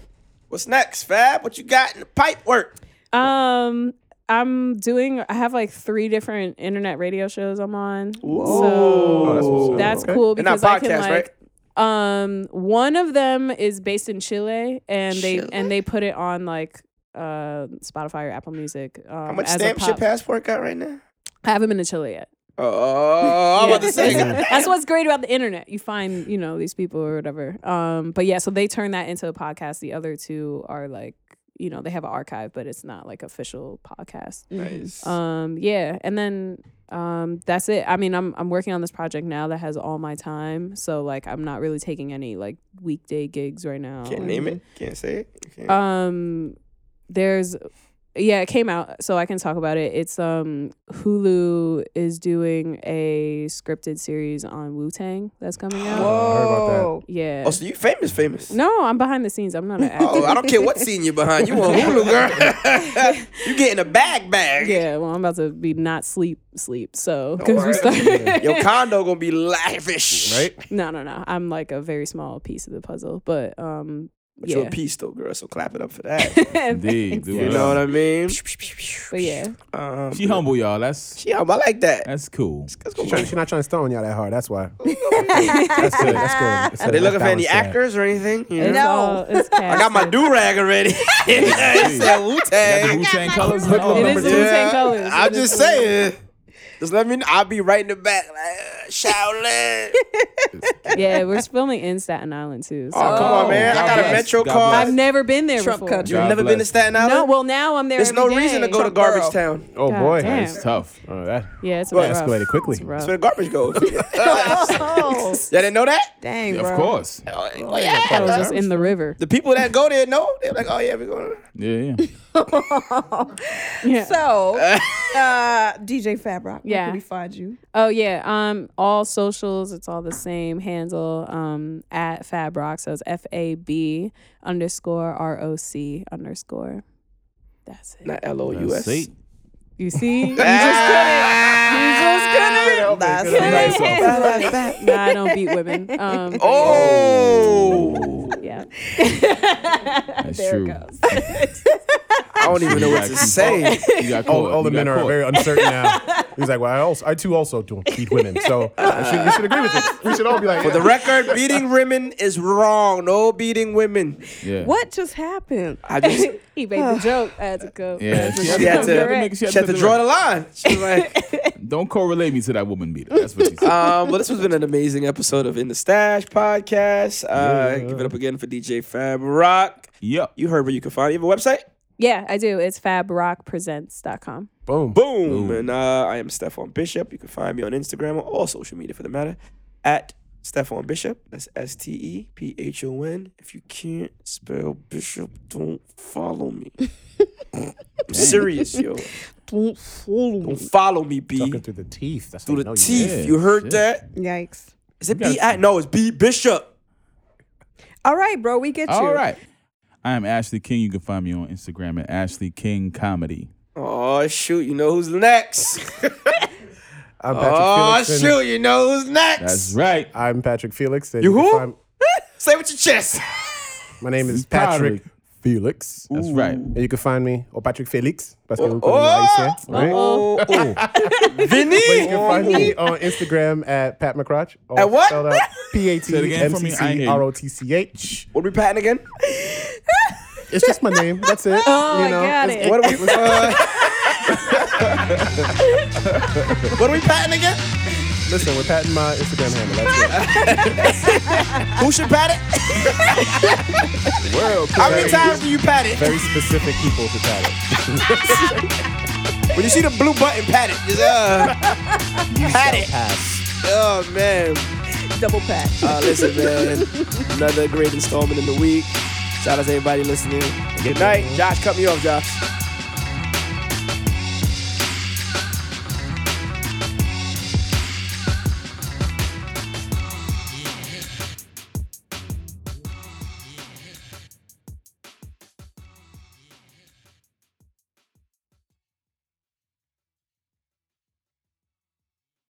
Speaker 3: what's next, Fab? What you got in the pipe work?
Speaker 4: Um, I'm doing. I have like three different internet radio shows I'm on. So
Speaker 1: that's what's up.
Speaker 4: that's
Speaker 1: Okay.
Speaker 3: Oh,
Speaker 4: cool
Speaker 3: They're not
Speaker 4: because I can
Speaker 3: podcasts,
Speaker 4: like.
Speaker 3: right?
Speaker 4: Um, one of them is based in Chile, and they and they put it on like uh Spotify or Apple Music. Um,
Speaker 3: How much
Speaker 4: as a
Speaker 3: stamps your
Speaker 4: pop-
Speaker 3: passport got right now?
Speaker 4: I haven't been to Chile yet.
Speaker 3: Oh, I'm about to say. goddamn.
Speaker 4: [LAUGHS] That's what's great about the internet. You find, you know, these people or whatever. Um, but yeah, so they turn that into a podcast. The other two are like, you know, they have an archive, but it's not like official podcast.
Speaker 3: Nice.
Speaker 4: Um, yeah, and then um, that's it. I mean, I'm I'm working on this project now that has all my time, so like I'm not really taking any like weekday gigs right now.
Speaker 3: Can't name it. Can't say it. You can't.
Speaker 4: Um, there's, yeah, it came out, so I can talk about it. It's um Hulu is doing a scripted series on Wu Tang that's coming out.
Speaker 1: heard about that.
Speaker 4: Yeah.
Speaker 3: oh, so you famous, famous.
Speaker 4: no, I'm behind the scenes. I'm not an actor.
Speaker 3: [LAUGHS] Oh, I don't care what scene you're behind. You on
Speaker 4: [LAUGHS]
Speaker 3: Hulu, girl. [LAUGHS] you getting a bag bag.
Speaker 4: Yeah, well, I'm about to be not sleep sleep. So because we started.
Speaker 3: Your condo gonna be lavish,
Speaker 1: Right?
Speaker 4: No, no, no. I'm like a very small piece of the puzzle, but um,
Speaker 3: But you're
Speaker 4: yeah.
Speaker 3: a piece though, girl. So clap it up for [LAUGHS] that.
Speaker 2: Indeed. do
Speaker 3: You
Speaker 2: it
Speaker 3: know
Speaker 2: up.
Speaker 3: what I
Speaker 4: [LAUGHS]
Speaker 3: mean?
Speaker 4: But yeah,
Speaker 3: Um,
Speaker 2: She humble, y'all. That's
Speaker 3: she humble. I like that.
Speaker 2: that's cool.
Speaker 3: Let's go.
Speaker 1: She's not trying to stone y'all that hard. That's
Speaker 3: [LAUGHS]
Speaker 1: why. that's good. That's good. That's
Speaker 3: Are they looking for any actors or anything? You know?
Speaker 4: it's
Speaker 6: No.
Speaker 4: all- it's
Speaker 3: I
Speaker 4: cast.
Speaker 3: got my do rag already. [LAUGHS] it's Wu
Speaker 2: Got the
Speaker 3: Tang.
Speaker 2: Wu-Tang
Speaker 3: [LAUGHS]
Speaker 2: colors and all.
Speaker 4: It is the same colors.
Speaker 3: I'm
Speaker 4: It is
Speaker 3: just
Speaker 4: the-
Speaker 3: saying. Just let me. Know. I'll be right in the back. Like, uh, [LAUGHS] Shaolin.
Speaker 4: Yeah, we're filming in Staten Island too. So
Speaker 3: Oh, come on, man. I
Speaker 2: God
Speaker 3: got a
Speaker 2: bless.
Speaker 3: Metro
Speaker 2: God
Speaker 3: card.
Speaker 4: I've never been there
Speaker 6: Trump
Speaker 4: before.
Speaker 6: country.
Speaker 3: You've
Speaker 2: God
Speaker 3: never been to
Speaker 2: bless.
Speaker 3: Staten Island?
Speaker 4: No, well now I'm there.
Speaker 3: There's
Speaker 4: every
Speaker 3: no reason
Speaker 4: day.
Speaker 3: to go to Garbage Town.
Speaker 6: [LAUGHS]
Speaker 1: Oh
Speaker 4: God
Speaker 1: boy.
Speaker 4: damn.
Speaker 2: It's tough. Oh, that
Speaker 4: Yeah, it's
Speaker 3: Well,
Speaker 4: rough.
Speaker 1: escalated quickly.
Speaker 4: It's rough.
Speaker 3: That's where the garbage [LAUGHS] goes. Y'all didn't know that?
Speaker 6: Oh. Dang,
Speaker 2: of
Speaker 6: bro.
Speaker 2: course.
Speaker 3: Oh, yeah.
Speaker 4: I was just in the river.
Speaker 3: The people that go there know. They're like, oh, yeah, we're going.
Speaker 2: Yeah, yeah.
Speaker 4: Yeah.
Speaker 6: So, uh, DJ Fabrock, where
Speaker 4: Yeah.
Speaker 6: can we find
Speaker 3: [LAUGHS]
Speaker 6: you?
Speaker 4: Oh yeah. Um, all socials, it's all the same handle. Um, at Fab Rock, so it's F A B underscore R O C underscore. That's it.
Speaker 3: Not L O [LAUGHS] U
Speaker 2: That's
Speaker 3: S.
Speaker 2: it.
Speaker 4: You see, you just
Speaker 3: Ah. [LAUGHS]
Speaker 6: Ah,
Speaker 4: couldn't. You just couldn't.
Speaker 2: Nice one.
Speaker 4: nah, I don't beat women.
Speaker 2: [LAUGHS]
Speaker 4: Um,
Speaker 3: Oh.
Speaker 4: yeah.
Speaker 2: That's true.
Speaker 3: I don't even know what to say.
Speaker 2: You got
Speaker 1: All,
Speaker 2: caught.
Speaker 1: all the
Speaker 2: You
Speaker 1: men
Speaker 2: got
Speaker 1: are
Speaker 2: caught.
Speaker 1: very uncertain
Speaker 3: [LAUGHS]
Speaker 1: now. He's like, well, I also, I too also don't beat women, so I should, we should agree with this. We should all be like,
Speaker 3: For the record, beating women is wrong. No beating women.
Speaker 2: Yeah.
Speaker 6: What just happened?
Speaker 3: I just
Speaker 4: [LAUGHS] He made the joke. I had to go.
Speaker 2: Yeah, she had
Speaker 3: [LAUGHS] she had
Speaker 2: to,
Speaker 3: to-
Speaker 2: make- she had
Speaker 3: she had
Speaker 2: to
Speaker 3: to draw the
Speaker 2: direct.
Speaker 3: line. She was like,
Speaker 2: Don't correlate me to that woman beater. That's what she
Speaker 3: [LAUGHS]
Speaker 2: said.
Speaker 3: um, well, this has been an amazing episode of In the Stash podcast. Uh, Give it up again for DJ Fab Rock.
Speaker 2: yep.
Speaker 3: You heard where you can find it. You have a website?
Speaker 4: Yeah, I do. It's fabrockpresents.com.
Speaker 1: boom.
Speaker 3: Boom. And uh, I am Stefan Bishop. You can find me on Instagram or all social media for the matter at Stefan Bishop. That's S T E P H O N. If you can't spell Bishop, don't follow me. I'm serious, yo.
Speaker 6: Don't fool
Speaker 3: Don't follow me, B.
Speaker 1: Talking Oh, through the teeth. That's how
Speaker 3: Through
Speaker 1: you
Speaker 3: the
Speaker 1: know you
Speaker 3: teeth.
Speaker 1: did.
Speaker 3: You heard that?
Speaker 6: Yikes.
Speaker 3: Is it B I? No, it's B Bishop.
Speaker 6: All right, bro, we get you.
Speaker 2: All right. I am Ashley King. You can find me on Instagram at Ashley King Comedy.
Speaker 3: Oh shoot, you know who's next.
Speaker 1: I'm Patrick
Speaker 3: oh
Speaker 1: Felix. and
Speaker 3: shoot, you know who's next.
Speaker 2: That's right.
Speaker 1: I'm Patrick Felix. And
Speaker 3: You
Speaker 1: can
Speaker 3: who?
Speaker 1: find-
Speaker 3: Say with your chest.
Speaker 1: my name is
Speaker 2: Patrick.
Speaker 1: Patrick Felix.
Speaker 2: That's right.
Speaker 1: And you can find me, or Patrick Felix, parce que vous
Speaker 3: oh,
Speaker 1: connaissez, right?
Speaker 3: Oh,
Speaker 1: [LAUGHS]
Speaker 3: oh.
Speaker 1: You
Speaker 3: Vinny.
Speaker 1: can find
Speaker 3: [LAUGHS]
Speaker 1: me on Instagram at Pat McCrotch. all
Speaker 3: At what?
Speaker 1: spelled out
Speaker 2: it again for me. I hear you.
Speaker 1: P-A-T-M-C-C-R-O-T-C-H.
Speaker 3: What are we patting again?
Speaker 1: It's just my name. That's it.
Speaker 4: Oh, I got
Speaker 1: it's- [LAUGHS]
Speaker 4: it.
Speaker 3: What are we? Uh, what are we patting again?
Speaker 1: Listen, we're patting my Instagram handle. That's it.
Speaker 3: Who should pat it?
Speaker 2: World.
Speaker 3: How many times do you pat it?
Speaker 1: Very specific people to pat it.
Speaker 3: When you see the blue button, pat it.
Speaker 1: [LAUGHS]
Speaker 3: Just, uh, pat it. Oh man.
Speaker 6: Double pat.
Speaker 3: Uh, listen, man. Another great installment in the week. Shout out to everybody listening. Good night. Josh, cut me off, Josh.